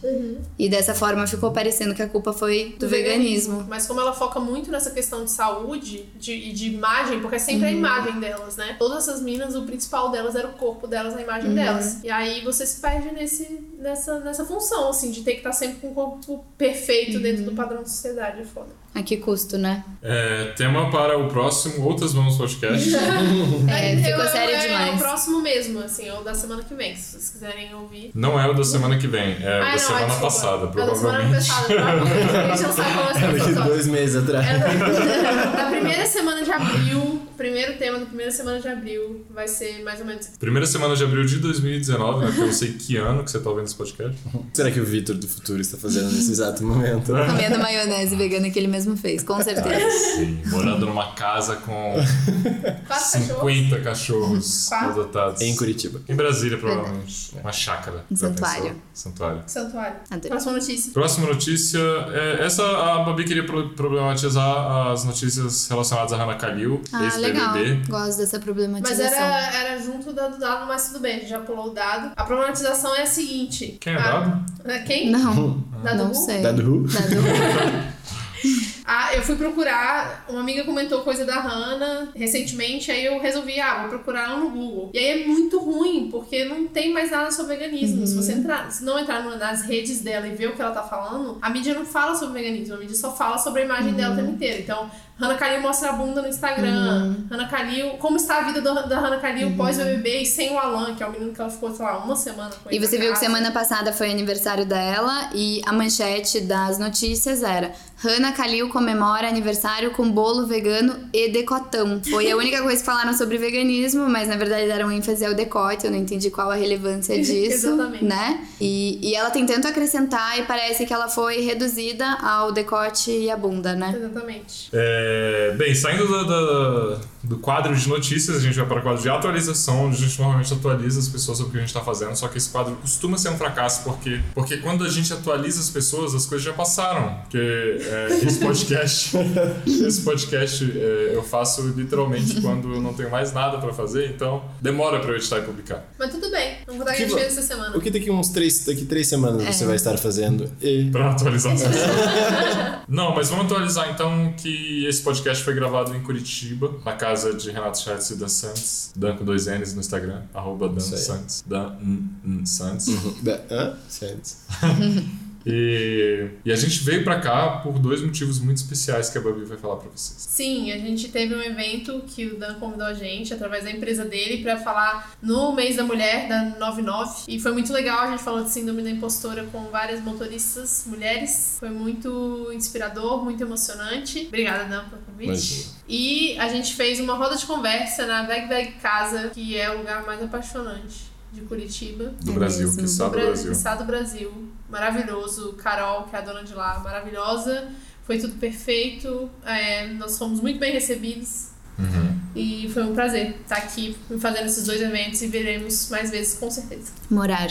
E dessa forma ficou parecendo que a culpa foi Uhum. do, veganismo. Mas como ela foca muito nessa questão de saúde de, e de imagem, porque é sempre Uhum. a imagem delas, né? Todas essas minas, o principal delas era o corpo delas, a Uhum. imagem delas. E aí você se perde nesse, nessa, nessa função, assim, de ter que estar sempre com o corpo perfeito Uhum. dentro do padrão de sociedade, é foda. A que custo, né? É, tema para o próximo, outras mãos podcast. É, Eu- ficou eu- sério É o demais. próximo mesmo, assim, é o da semana que vem, se vocês quiserem ouvir. Não é o da semana que vem, é o da não, semana desculpa. passada, É o da semana provavelmente. passada, provavelmente. A gente não sabe como é Daqui essa dois meses atrás. É. Na primeira semana de abril, o primeiro tema da primeira semana de abril vai ser mais ou menos. Primeira semana de abril de 2019, né? Porque eu não sei que ano que você tá ouvindo esse podcast. Será que o Vitor do futuro está fazendo nesse exato momento? Comendo maionese vegana que ele mesmo fez, com certeza. Sim, morando numa casa com Quatro cachorros. 50 cachorros Quatro. É. adotados. Em Curitiba. Em Brasília, provavelmente. Uma chácara. Um já pensou? santuário. Santuário. Santuário. Adorei. Próxima notícia. Próxima notícia. é, essa a Babi queria pro- problematizar as notícias relacionadas a Hannah Kalil, Ah, legal. ex-BBB. Gosto dessa Mas problematização. era, era junto da- do dado, mas tudo bem, a gente já pulou o dado. A problematização é a seguinte. Quem é a- dado? É Quem? Não, Dado não Ru? sei. Dado Who? Dado Ru. Ah, eu fui procurar, uma amiga comentou coisa da Hannah recentemente, aí eu resolvi, ah, vou procurar ela no Google. E aí é muito ruim, porque não tem mais nada sobre veganismo. Se Uhum. você entrar, se não entrar numa das redes dela e ver o que ela tá falando, a mídia não fala sobre veganismo, a mídia só fala sobre a imagem dela o Uhum. tempo inteiro. Então, Hannah Kalil mostra a bunda no Instagram. Hannah Kalil, como está a vida do- da Hannah Kalil Uhum. pós-BBB e sem o Alan, que é o menino que ela ficou, sei lá, uma semana com E ele você na viu que casa. semana passada foi aniversário dela e a manchete das notícias era Hannah Kalil comemora aniversário com bolo vegano e decotão. Foi a única coisa que falaram sobre veganismo, mas na verdade deram ênfase ao decote, eu não entendi qual a relevância disso, Exatamente. né? E, e ela tem tanto a acrescentar e parece que ela foi reduzida ao decote e à bunda, né? Exatamente. É, bem, saindo da- da- do quadro de notícias, a gente vai para o quadro de atualização, onde a gente normalmente atualiza as pessoas sobre o que a gente está fazendo, só que esse quadro costuma ser um fracasso, porque, porque quando a gente atualiza as pessoas, as coisas já passaram. Porque é, esse podcast, esse podcast é, eu faço literalmente quando eu não tenho mais nada para fazer, então demora para eu editar e publicar. Mas tudo bem, vamos contar o que a Que gente vo- fez essa semana. O que daqui uns três, daqui três semanas você vai estar fazendo? E Pra atualizar. Não, mas vamos atualizar então que esse podcast foi gravado em Curitiba, na casa de Renato Schatz e Dan Santos. Dan com dois N's no Instagram, arroba Dan Isso aí. Uhum. Santos. Dan hum, hum, Santos. Da- hã? Sério? E, e a gente veio pra cá por dois motivos muito especiais que a Babi vai falar pra vocês. Sim, a gente teve um evento que o Dan convidou a gente através da empresa dele pra falar no mês da mulher da 99 e foi muito legal, a gente falou de síndrome da impostora com várias motoristas mulheres. Foi muito inspirador, muito emocionante. Obrigada, Dan, pelo convite. Imagina. E a gente fez uma roda de conversa na Bag Bag Casa, que é o lugar mais apaixonante de Curitiba. Do É Brasil, mesmo. que sabe do Bra- Brasil. Estado do Brasil. Maravilhoso. Carol, que é a dona de lá, maravilhosa. Foi tudo perfeito. É, nós fomos muito bem recebidos. Uhum. E foi um prazer estar aqui fazendo esses dois eventos e veremos mais vezes, com certeza. Morar.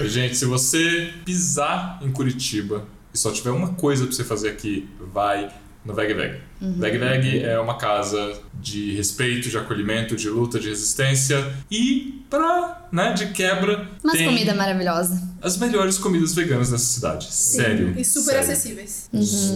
Gente, se você pisar em Curitiba e só tiver uma coisa pra você fazer aqui, vai no Veg Veg. Veg Veg é uma casa de respeito, de acolhimento, de luta, de resistência e pra, né, de quebra, Mas tem comida maravilhosa. as melhores comidas veganas dessa cidade. Sério. E super sério. acessíveis.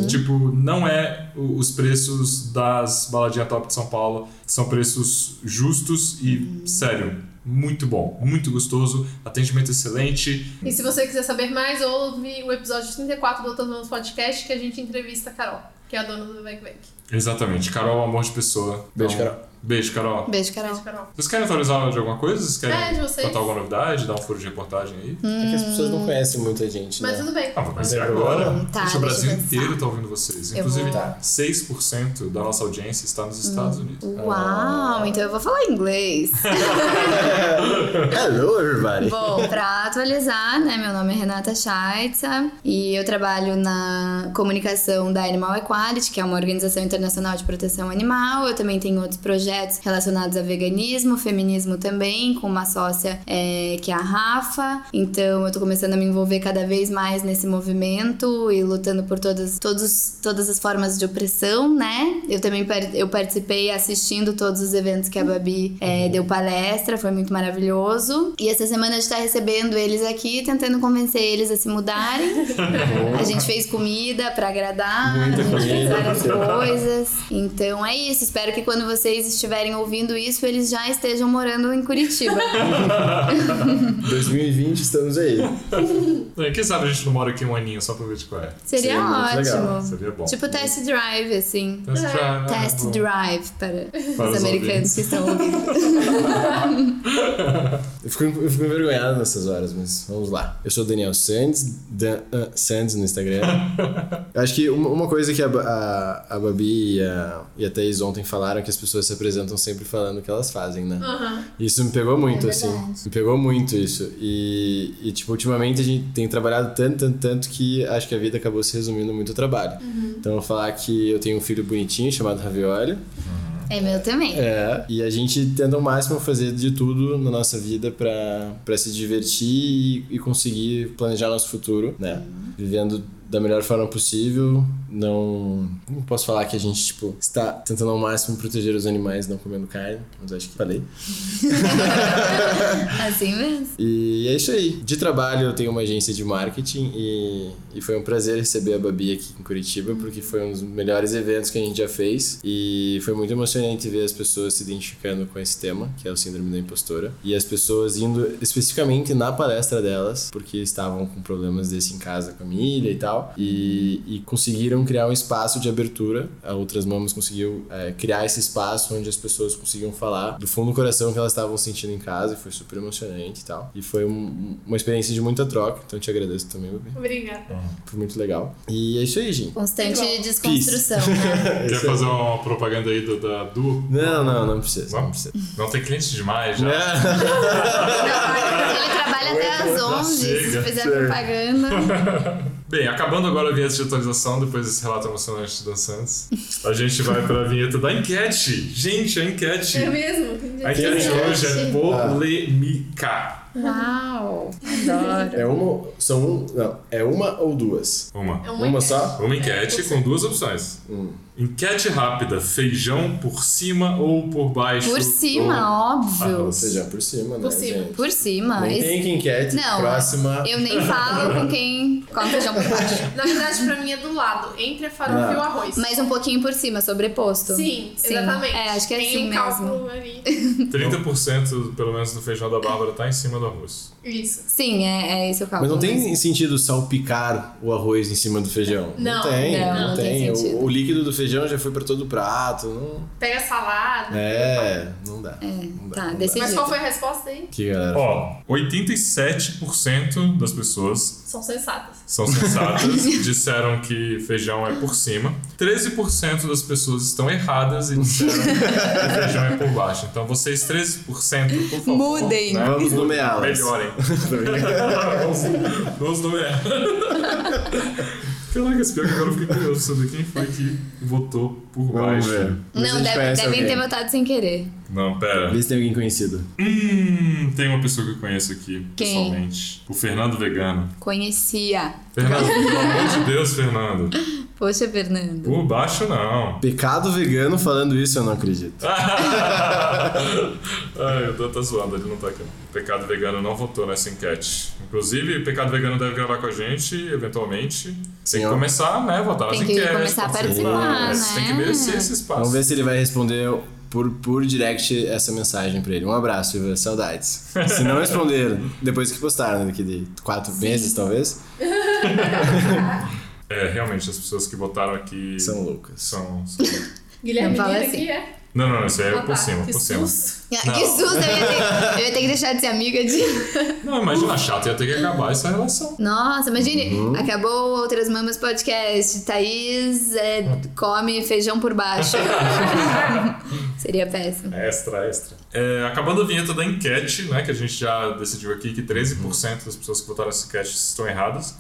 Tipo, não é o- os preços das baladinhas top de São Paulo, são preços justos e, sério, muito bom, muito gostoso, atendimento excelente. E se você quiser saber mais, ouve o episódio 34 do Todos Podcast que a gente entrevista a Carol, que é a dona do Veg Veg. Exatamente. Carol, amor de pessoa. Beijo, Então, Carol. Beijo, Carol. Beijo, Beijo, Carol. Carol. Vocês querem atualizar de alguma coisa? Vocês querem É, de vocês. contar alguma novidade? Dar um furo de reportagem aí? Hum. É que as pessoas não conhecem muita gente, Mas né? tudo bem. Ah, vou conhecer Tá, agora. deixa Gente, eu o Brasil pensar. inteiro tá ouvindo vocês. Eu Inclusive, vou- Tá. Hum. 6% da nossa audiência está nos Estados Unidos. Uau, então eu vou falar inglês. Hello, everybody! Bom, pra atualizar, né, meu nome é Renata Scheitza e eu trabalho na comunicação da Animal Equality, que é uma organização internacional de proteção animal. Eu também tenho outros projetos relacionados a veganismo, feminismo também, com uma sócia eh, que é a Rafa. Então eu tô começando a me envolver cada vez mais nesse movimento e lutando por todas, todos, todas as formas de opressão, né? Eu também par- eu participei assistindo todos os eventos que a Babi eh, Uhum. deu palestra, foi muito maravilhoso. E essa semana a gente tá recebendo eles aqui, tentando convencer eles a se mudarem. a gente fez comida pra agradar, Muita a gente fez comida. várias coisas. Então é isso, espero que quando vocês estiverem ouvindo isso, eles já estejam morando em Curitiba. 2020, estamos aí. É, Quem sabe a gente não mora aqui um aninho só pra ver de qual é. Seria Seria muito legal, ótimo. Seria bom. Tipo test drive, assim. Test Ah, drive. Test né? drive para, Para os os americanos ouvintes. que estão ouvindo. Eu fico, eu fico envergonhado nessas horas, mas vamos lá. Eu sou o Daniel Sands, Dan, ah, Sands no Instagram. Eu acho que uma, uma coisa que a, Ba- a, a Babi e a, e a Thaís ontem falaram é que as pessoas se apresentam sempre falando o que elas fazem, né? Aham. Isso me pegou muito, É assim. verdade. Me pegou muito isso. E, e, tipo, ultimamente a gente tem trabalhado tanto, tanto, tanto que acho que a vida acabou se resumindo muito ao trabalho. Uhum. Então, eu vou falar que eu tenho um filho bonitinho chamado Ravioli. É meu também. É, e a gente tenta ao máximo fazer de tudo na nossa vida pra pra se divertir e, e conseguir planejar nosso futuro, né? Vivendo da melhor forma possível. Não, não posso falar que a gente, tipo, está tentando ao máximo proteger os animais não comendo carne, mas acho que falei. Assim mesmo. E é isso aí. De trabalho, eu tenho uma agência de marketing e, e foi um prazer receber a Babi aqui em Curitiba, porque foi um dos melhores eventos que a gente já fez. E foi muito emocionante ver as pessoas se identificando com esse tema, que é o Síndrome da Impostora. E as pessoas indo especificamente na palestra delas, porque estavam com problemas desse em casa, com a família e tal. E, e conseguiram criar um espaço de abertura. A Outras Mamas conseguiu eh, criar esse espaço onde as pessoas conseguiam falar do fundo do coração que elas estavam sentindo em casa. E foi super emocionante e tal. E foi um- uma experiência de muita troca. Então eu te agradeço também, Babi. Obrigada. Foi muito legal. E é isso aí, gente. Constante Igual. desconstrução, né? É Quer isso aí. fazer uma propaganda aí do, da Du? Não, não, não precisa. Não Vamos? precisa. Não tem cliente demais Né? já. Não. Ele trabalha até às 11, se chega, fizer chega. propaganda. Bem, acabando agora a vinheta de atualização, depois desse relato emocionante do Dan Santos, a gente vai pra vinheta da enquete. Gente, a enquete. É mesmo? A enquete de hoje é Enquete. polêmica. Uau! Adoro. É uma, são um, não, é uma ou duas. Uma. É Uma só? um Uma é enquete com duas opções. Hum. Enquete rápida, feijão por cima ou por baixo? Por Ou- cima, Ah, óbvio. Ou seja, por cima, né, Por cima. gente? Por cima. Não Esse- tem quem enquete. Não, Próxima. eu nem falo com quem come feijão por baixo. Na verdade, pra mim é do lado, entre a farofa Não. e o arroz. Mas um pouquinho por cima, sobreposto. Sim, exatamente. É, acho que é Tem assim um mesmo. cálculo ali. 30% pelo menos do feijão da Bárbara tá em cima do arroz. Isso. Sim, é, é esse o cálculo. Mas não mesmo. tem sentido salpicar o arroz em cima do feijão. Não, tem, não, não tem O- sentido. o, líquido do feijão já foi pra todo o prato. Não... Pega Ah. salada. É, não dá. não dá, tá, não dá. decidi. Mas qual foi a resposta aí? Que galera. Ó, 87% das pessoas São sensatas. são sensatas, disseram que feijão é por cima. 13% das pessoas estão erradas e disseram que feijão é por baixo. Então vocês 13%, por favor, Mudem. né, Vamos nomeá-las. Melhorem. vamos, vamos nomear. é. Caraca, esse pior que agora eu fiquei curioso sobre quem foi que votou por Vamos baixo. ver. Vê se a Não, gente deve, conhece devem ter alguém. votado sem querer. Não, pera. Vê se tem alguém conhecido. Hum, tem uma pessoa que eu conheço aqui, Quem? pessoalmente. O Fernando Vegano. Conhecia. Fernando, pelo amor de Deus, Fernando. Poxa, Fernando. Por baixo, não. Pecado vegano falando isso, eu não acredito. Ai, o Dan tá zoando, ele não tá aqui. não. Pecado Vegano não votou nessa enquete. Inclusive, o Pecado Vegano deve gravar com a gente, eventualmente. Tem que Senhor. começar, né? Votar nas Tem que enquetes. começar a participar, participar, né? né? Tem que merecer esse espaço. Vamos ver se ele vai responder por, por direct essa mensagem pra ele. Um abraço, Ivan. Saudades. Se não responder, depois que postaram, daqui de quatro meses, talvez, É, realmente, as pessoas que votaram aqui são loucas. são. são- Guilherme Não fala Lira assim. aqui é. Não, não, não, isso aí é Ah, por tá. cima, Que por cima. susto. Ah, Não. Que susto, eu ia, ter, eu ia ter que deixar de ser amiga de. Não, imagina, chato, ia ter que acabar essa relação. Nossa, imagine. Acabou Outras Mamas Podcast. Thaís é, come feijão por baixo. Seria péssimo. Extra, extra. É, acabando a vinheta da enquete, né? Que a gente já decidiu aqui que 13% das pessoas que votaram nessa enquete estão erradas.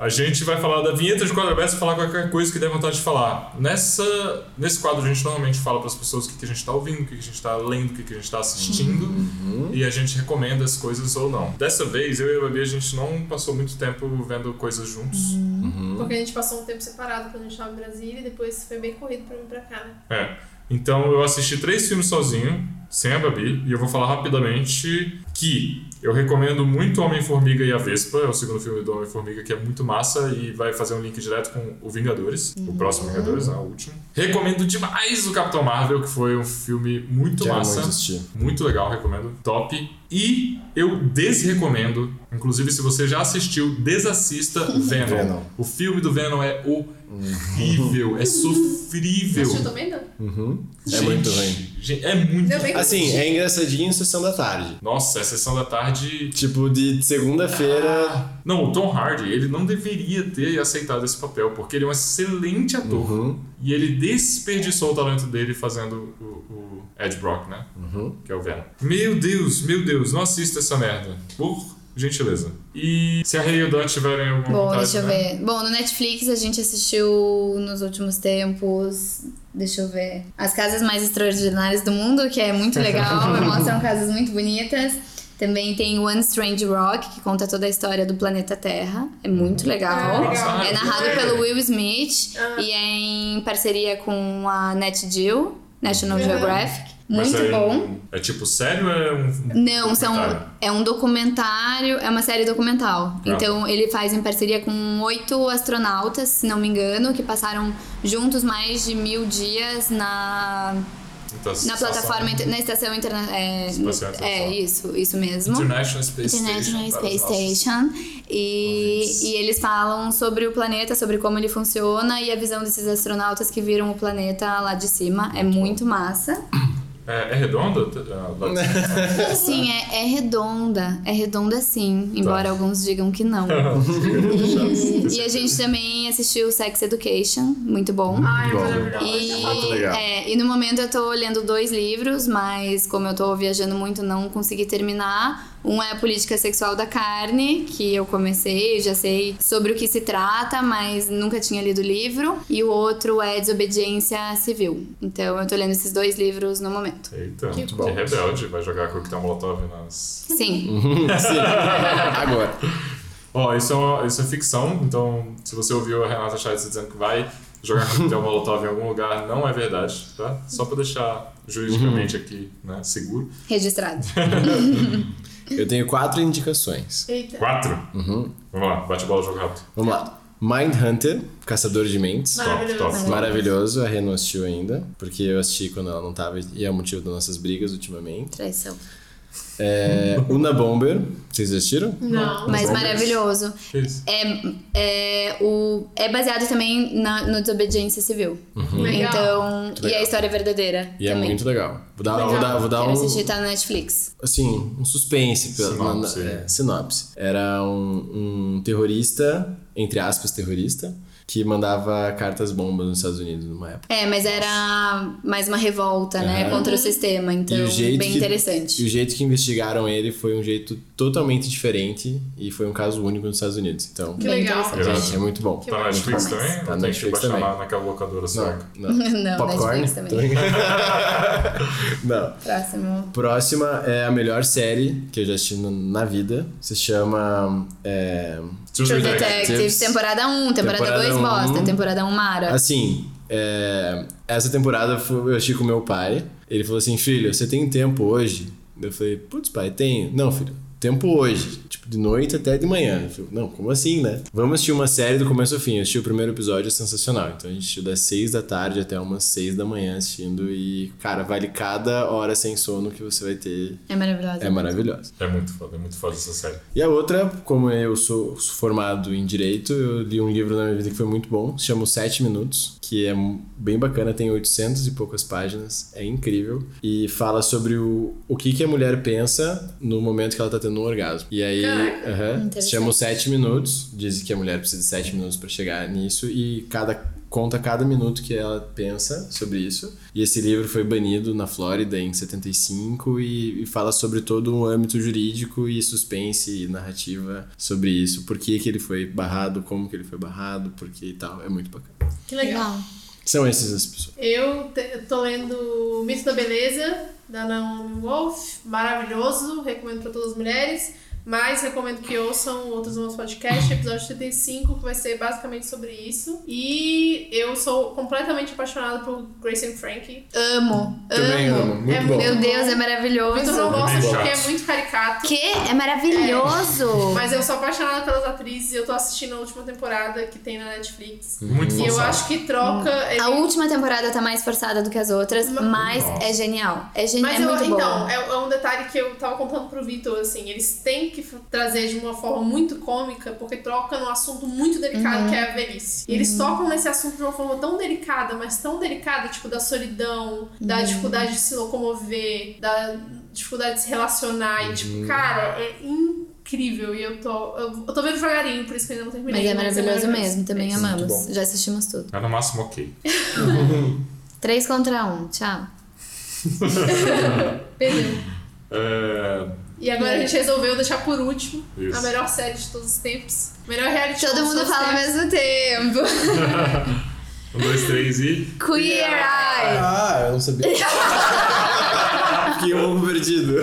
a gente vai falar da vinheta de quadro aberto e falar qualquer coisa que der vontade de falar. Nessa, nesse quadro, a gente normalmente fala para as pessoas o que, que a gente está ouvindo, o que, que a gente está lendo, o que, que a gente está assistindo. E a gente recomenda as coisas ou não. Dessa vez, eu e a Babi, a gente não passou muito tempo vendo coisas juntos. Hum. Porque a gente passou um tempo separado quando a gente tava em Brasília e depois foi bem corrido pra mim pra cá, né? É. Então eu assisti três filmes sozinho, sem a Babi, e eu vou falar rapidamente que eu recomendo muito Homem-Formiga e a Vespa, é o segundo filme do Homem-Formiga que é muito massa e vai fazer um link direto com o Vingadores, Uhum. o próximo Vingadores, não, o último. Recomendo demais o Capitão Marvel, que foi um filme muito Quero massa. muito assistir. Muito legal, recomendo. Top. E eu desrecomendo, inclusive se você já assistiu, desassista Venom. Venom. Uhum. O filme do Venom é horrível, é sofrível. Assistiu também, Dan? Hum. É muito ruim. Gente, é muito. Ainda bem que Assim, é engraçadinho em sessão da tarde. Nossa, é sessão da tarde. Tipo, de segunda-feira. Não, o Tom Hardy, ele não deveria ter aceitado esse papel, porque ele é um excelente ator. Uhum. E ele desperdiçou o talento dele fazendo o, o Ed Brock, né? Uhum. Que é o Venom. Meu Deus, meu Deus, não assista essa merda. Por gentileza. E se a Rei e o Dan tiverem alguma Bom, vontade, deixa eu né? ver. Bom, no Netflix a gente assistiu nos últimos tempos. Deixa eu ver. As Casas Mais Extraordinárias do Mundo, que é muito legal. mostram casas muito bonitas. Também tem One Strange Rock, que conta toda a história do planeta Terra. É muito legal. Ah, legal. É narrado pelo Will Smith e é em parceria com a Nat Geo, National Geographic. Mas Muito é- bom. É tipo sério ou é um. um Não, são, documentário? é um documentário, é uma série documental. Ah. Então ele faz em parceria com oito astronautas, se não me engano, que passaram juntos mais de mil dias na, Então, na plataforma, inter- na estação internacional. É, Espacial é, Internacional. isso, isso mesmo. International Space International Station. Space para os nossos. Station. ouvintes. E, e eles falam sobre o planeta, sobre como ele funciona e a visão desses astronautas que viram o planeta lá de cima. É muito massa. É, é redonda? T- ah, lá- Sim, é, é redonda. É redonda sim, embora Tá. alguns digam que não. e a gente também assistiu Sex Education, muito bom. Ai, é Bom. maravilhoso. Muito E, Ah, legal. é, e no momento eu tô lendo dois livros, mas como eu tô viajando muito, não consegui terminar. Um é a Política Sexual da Carne, que eu comecei, já sei sobre o que se trata, mas nunca tinha lido o livro. E o outro é Desobediência Civil. Então eu tô lendo esses dois livros no momento. Eita, Que que, bom. É, então, rebelde. Vai jogar coquetel tá molotov nas. Uhum. Sim. Sim. Ah. Agora. Ó, isso, é uma- isso é ficção, então se você ouviu a Renata Scheidt dizendo que vai jogar coquetel molotov em algum lugar, não é verdade, tá? Só pra deixar juridicamente aqui, né, seguro. Registrado. Eu tenho quatro indicações. Eita. Quatro. Vamos lá, bate bola, jogo rápido. Vamos lá. Mindhunter, Caçador de Mentes. Top, top. Maravilhoso. Maravilhoso, a Rê não assistiu ainda, porque eu assisti quando ela não tava e é o motivo das nossas brigas ultimamente. Traição. É, Una Bomber, vocês assistiram? Não. Mas bom. maravilhoso. Isso. É, é, o, é baseado também na, no Desobediência Civil. Então, Legal. e Uhum. legal. a história é verdadeira E também. é muito legal. Vou dar, vou dar, vou dar Quero um, assistir, tá na Netflix. assim, um suspense. pela- Sinopse. na- na- é, sinopse. Era um, um terrorista, entre aspas, terrorista, que mandava cartas bombas nos Estados Unidos numa época. É, mas era mais uma revolta, né? Aham. Contra o sistema, então E o jeito bem que- E interessante. o jeito que investigaram ele foi um jeito totalmente diferente e foi um caso único nos Estados Unidos. Então, Que Bem legal. interessante. Irado. é muito bom. Tá na Netflix bom. também? Tá Ou na tem que Netflix baixar também. lá naquela locadora sueca? Não, não. Não, Popcorn? Netflix também. Tô brincando. não. Próximo. Próxima é a melhor série que eu já assisti no- na vida. Se chama. é, True True Detective. Detective, temporada 1, temporada Temporada 2 um. bosta, temporada 1 Mara. Assim, é, essa temporada foi- eu assisti com meu pai. Ele falou assim: Filho, você tem tempo hoje? Eu falei: Putz, pai, tenho. Não, filho, tempo hoje. Tipo, de noite até de manhã. Eu falei, Não, como assim, né? Vamos assistir uma série do começo ao fim. Eu assisti o primeiro episódio, é sensacional. Então a gente assistiu das seis da tarde até umas seis da manhã assistindo. E, cara, vale cada hora sem sono que você vai ter. É maravilhosa. É maravilhosa. É muito foda, é muito foda essa série. E a outra, como eu sou formado em direito, eu li um livro na minha vida que foi muito bom, se chama Os Sete Minutos, que é bem bacana, tem 800 e poucas páginas, é incrível, e fala sobre o, o que, que a mulher pensa no momento que ela tá tendo um orgasmo. E aí, Caraca, aham, se interessante. chama Os Sete Minutos, diz que a mulher precisa de sete minutos para chegar nisso, e cada conta cada minuto que ela pensa sobre isso. E esse livro foi banido na Flórida em 75 e, e fala sobre todo um âmbito jurídico e suspense e narrativa sobre isso. Por que, que ele foi barrado, como que ele foi barrado, por que e tal. É muito bacana. Que legal. São essas as pessoas. Eu te- tô lendo O Mito da Beleza, da Naomi Wolf. Maravilhoso, recomendo pra todas as mulheres. Mas recomendo que ouçam outros do nosso podcast, episódio 35, que vai ser basicamente sobre isso. E eu sou completamente apaixonada por Grace and Frankie. Amo, Também amo. amo. Muito É bom. muito- Meu Deus, é O Vitor não maravilhoso. gosta Bem porque é chato. muito caricato. Que? É maravilhoso. Mas eu sou apaixonada pelas atrizes e eu tô assistindo a última temporada que tem na Netflix. Muito E eu forçado. acho que troca. A ele- última temporada tá mais forçada do que as outras, mas Nossa. é genial. É genial, Mas é eu, muito então, boa. é, é um detalhe que eu tava contando pro Vitor, assim, eles têm que f- trazer de uma forma muito cômica, porque troca num assunto muito delicado Uhum. que é a velhice. E eles tocam nesse assunto de uma forma tão delicada, mas tão delicada, tipo, da solidão, Uhum. da dificuldade de se locomover, da dificuldade de se relacionar. E, tipo, cara, é incrível. E eu tô. Eu, eu tô vendo devagarinho, por isso que eu ainda não terminei. Mas é maravilhoso mesmo, também É isso. amamos. bom. Já assistimos tudo. É no máximo ok. Três contra um, tchau. Perdeu. É, E agora a gente resolveu deixar por último Isso. a melhor série de todos os tempos. Melhor reality show Todo de mundo todos os fala ao tempos. mesmo tempo. Um, dois, três e. Queer Eye. Ah, eu não sabia. Fiquei um pouco perdido.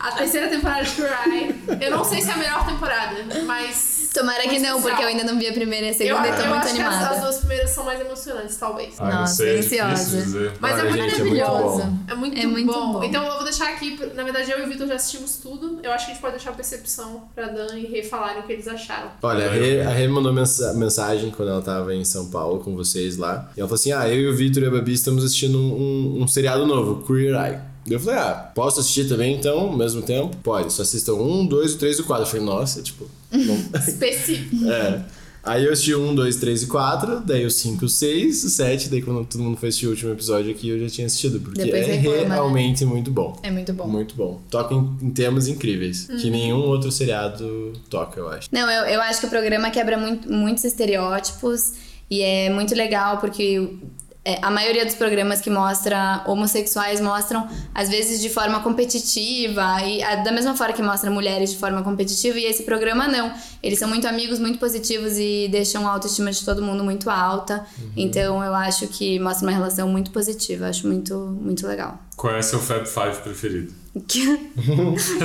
A terceira temporada de Cry. Eu não sei se é a melhor temporada, mas. Tomara que muito não, especial. porque eu ainda não vi a primeira e a Eu, segunda e tô eu é muito acho que as, as animada. duas primeiras são mais emocionantes, talvez. Ah, não Nossa, sei, é difícil ansiosa. dizer. Mas Olha, é gente, é muito maravilhosa. bom. É muito, É muito bom. bom. Então eu vou deixar aqui, na verdade eu e o Vitor já assistimos tudo. Eu acho que a gente pode deixar a percepção pra Dan e Rê falarem o que eles acharam. Olha, a Rê, a Rê mandou mensa- mensagem quando ela tava em São Paulo com vocês lá. E ela falou assim: Ah, eu e o Vitor e a Babi estamos assistindo um, um- um seriado novo, Queer Eye. Daí Eu falei, ah, posso assistir também então, ao mesmo tempo? Pode, só assistam um, dois, o três e o quatro. Eu falei, nossa, tipo, não- Específico. É. Aí eu assisti um, dois, três e quatro, daí o cinco, o seis, o sete, daí quando todo mundo foi assistir o último episódio aqui eu já tinha assistido, porque Depois é reclama, né? realmente muito bom. É muito bom. Uhum. Muito bom. Toca em, em temas incríveis, que nenhum outro seriado toca, eu acho. Não, eu, eu acho que o programa quebra muito, muitos estereótipos e é muito legal porque é, a maioria dos programas que mostra homossexuais mostram, às vezes, de forma competitiva, e a- da mesma forma que mostra mulheres de forma competitiva, e esse programa não. Eles são muito amigos, muito positivos e deixam a autoestima de todo mundo muito alta. Então eu acho que mostra uma relação muito positiva, acho muito, muito legal. Qual é seu Fab Five preferido? Que-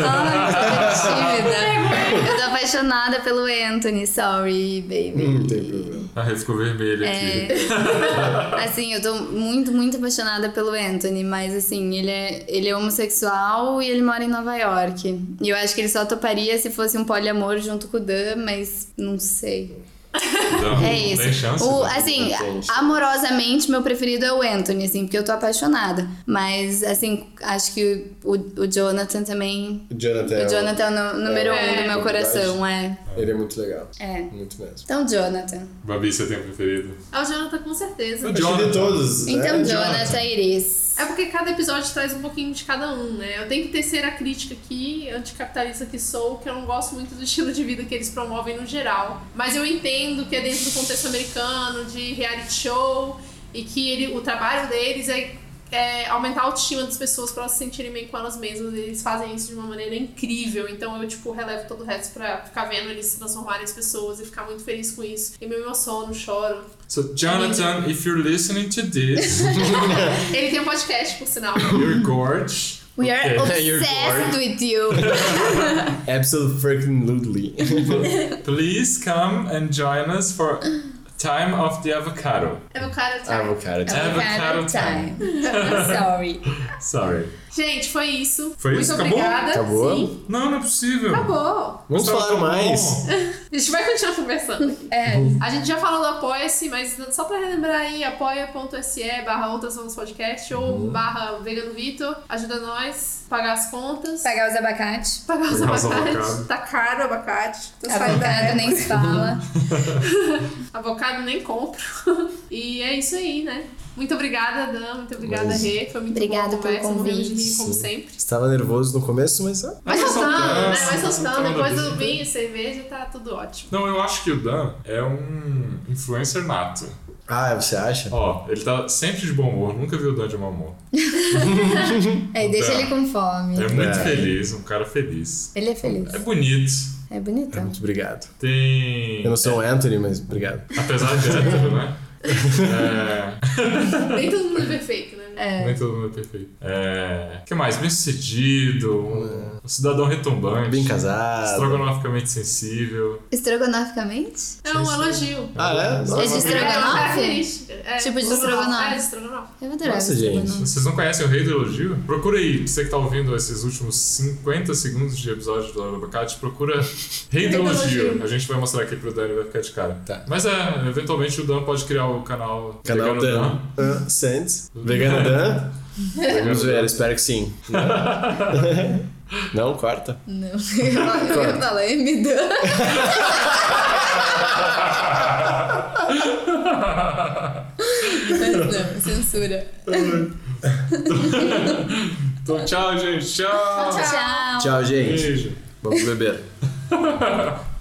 Ai, que tímida. Eu tô apaixonada pelo Anthony, sorry, baby. É, Não tem problema. A rede ficou vermelha aqui. É. Assim, eu tô muito, muito apaixonada pelo Anthony, mas assim, ele é, ele é homossexual e ele mora em Nova York. E eu acho que ele só toparia se fosse um poliamor junto com o Dan, mas não sei. Não, É não Tem isso. um chance. O- né? assim, tem chance. amorosamente, meu preferido é o Anthony, assim, porque eu tô apaixonada. Mas, assim, acho que o, o Jonathan também. O Jonathan, é o o- Jonathan é o nu- número é, um do meu é coração, é. ele é muito legal. É. Muito mesmo. Então, Jonathan. Babi, você tem um preferido? Ah, o Jonathan com certeza. O Acho que Jonathan. de todos, Então, né? Jonathan Iris. É porque cada episódio traz um pouquinho de cada um, né? Eu tenho que terceira crítica aqui, anticapitalista que sou, que eu não gosto muito do estilo de vida que eles promovem no geral. Mas eu entendo que é dentro do contexto americano, de reality show, e que ele, o trabalho deles é, é aumentar a autoestima das pessoas pra elas se sentirem bem com elas mesmas. Eles fazem isso de uma maneira incrível. Então eu, tipo, relevo todo o resto pra ficar vendo eles se transformarem em pessoas e ficar muito feliz com isso. E me emociono, choro. So, Jonathan, if you're listening to this, Ele tem um podcast, por sinal. you're gorge. We are Okay. You're obsessed bored. with you. Absolutely freaking ludely. Please come and join us for time of the avocado. É o cara. Avocado. Ah, É. Avocado time. I'm sorry. Sorry. Gente, foi isso. Foi Muito isso? Acabou? obrigada. Acabou? Sim. Não, não é possível. Acabou. Vamos Tava falar tão mais. bom. A gente vai continuar conversando. É. A gente já falou do Apoia-se, mas só pra relembrar aí, apoia.se barra outras vamos podcast Uhum. ou barra vegano Vitor. Ajuda nós, a pagar as contas. Pagar os abacates. Pagar os Pagar os abacates. avocados. Tá caro o abacate. Tô saindo da Avocado época. nem se fala. Avocado nem compro. e é isso aí, né? Muito obrigada, Dan. Muito obrigada, Mas- Rê. Foi muito Obrigada boa a pelo conversa. Morremos de rir, convite. como Sim. sempre. Estava nervoso no começo, mas ah, Vai um soltando, né? Vai soltando. Depois da do vida. vinho e cerveja, tá tudo ótimo. Não, eu acho que o Dan é um influencer nato. ah, você acha? Ó, ele tá sempre de bom humor, nunca vi o Dan de mau humor. É, deixa Tá. ele com fome. É muito É. feliz, um cara feliz. Ele é feliz. É bonito. É bonitão. Tá Muito obrigado. Tem. Eu não sou o Anthony, mas obrigado. Apesar de hétero, né? É, Nem todo mundo é perfeito, né? É. Nem todo mundo é perfeito. É. O que mais? Bem sucedido, um, um cidadão retumbante. É. Bem casado. Estrogonoficamente sensível. Estrogonoficamente? É um elogio. Ah, é? É de Nossa, É uma estrogonofe? característica. É, Tipo de estrogonofe. estrogonofe. É, de estrogonofe. Eu adorava Nossa, estrogonofe. gente. Vocês não conhecem o Rei do Elogio? Procura aí, você que tá ouvindo esses últimos 50 segundos de episódio do Hora do Abacate, procura Rei do Rei do Elogio. Elogio. A gente vai mostrar aqui pro Dan e vai ficar de cara. Tá. Mas é, eventualmente o Dan pode criar o canal Canal Vegano Dan. Ah, Sands. Vegano Dan. Vamos ver, espero que sim. Não, não corta. Não. Eu ia falar, me dá. Não, censura. Então tchau, gente. Tchau. Tchau. Tchau. Tchau, gente. Beijo. Vamos beber.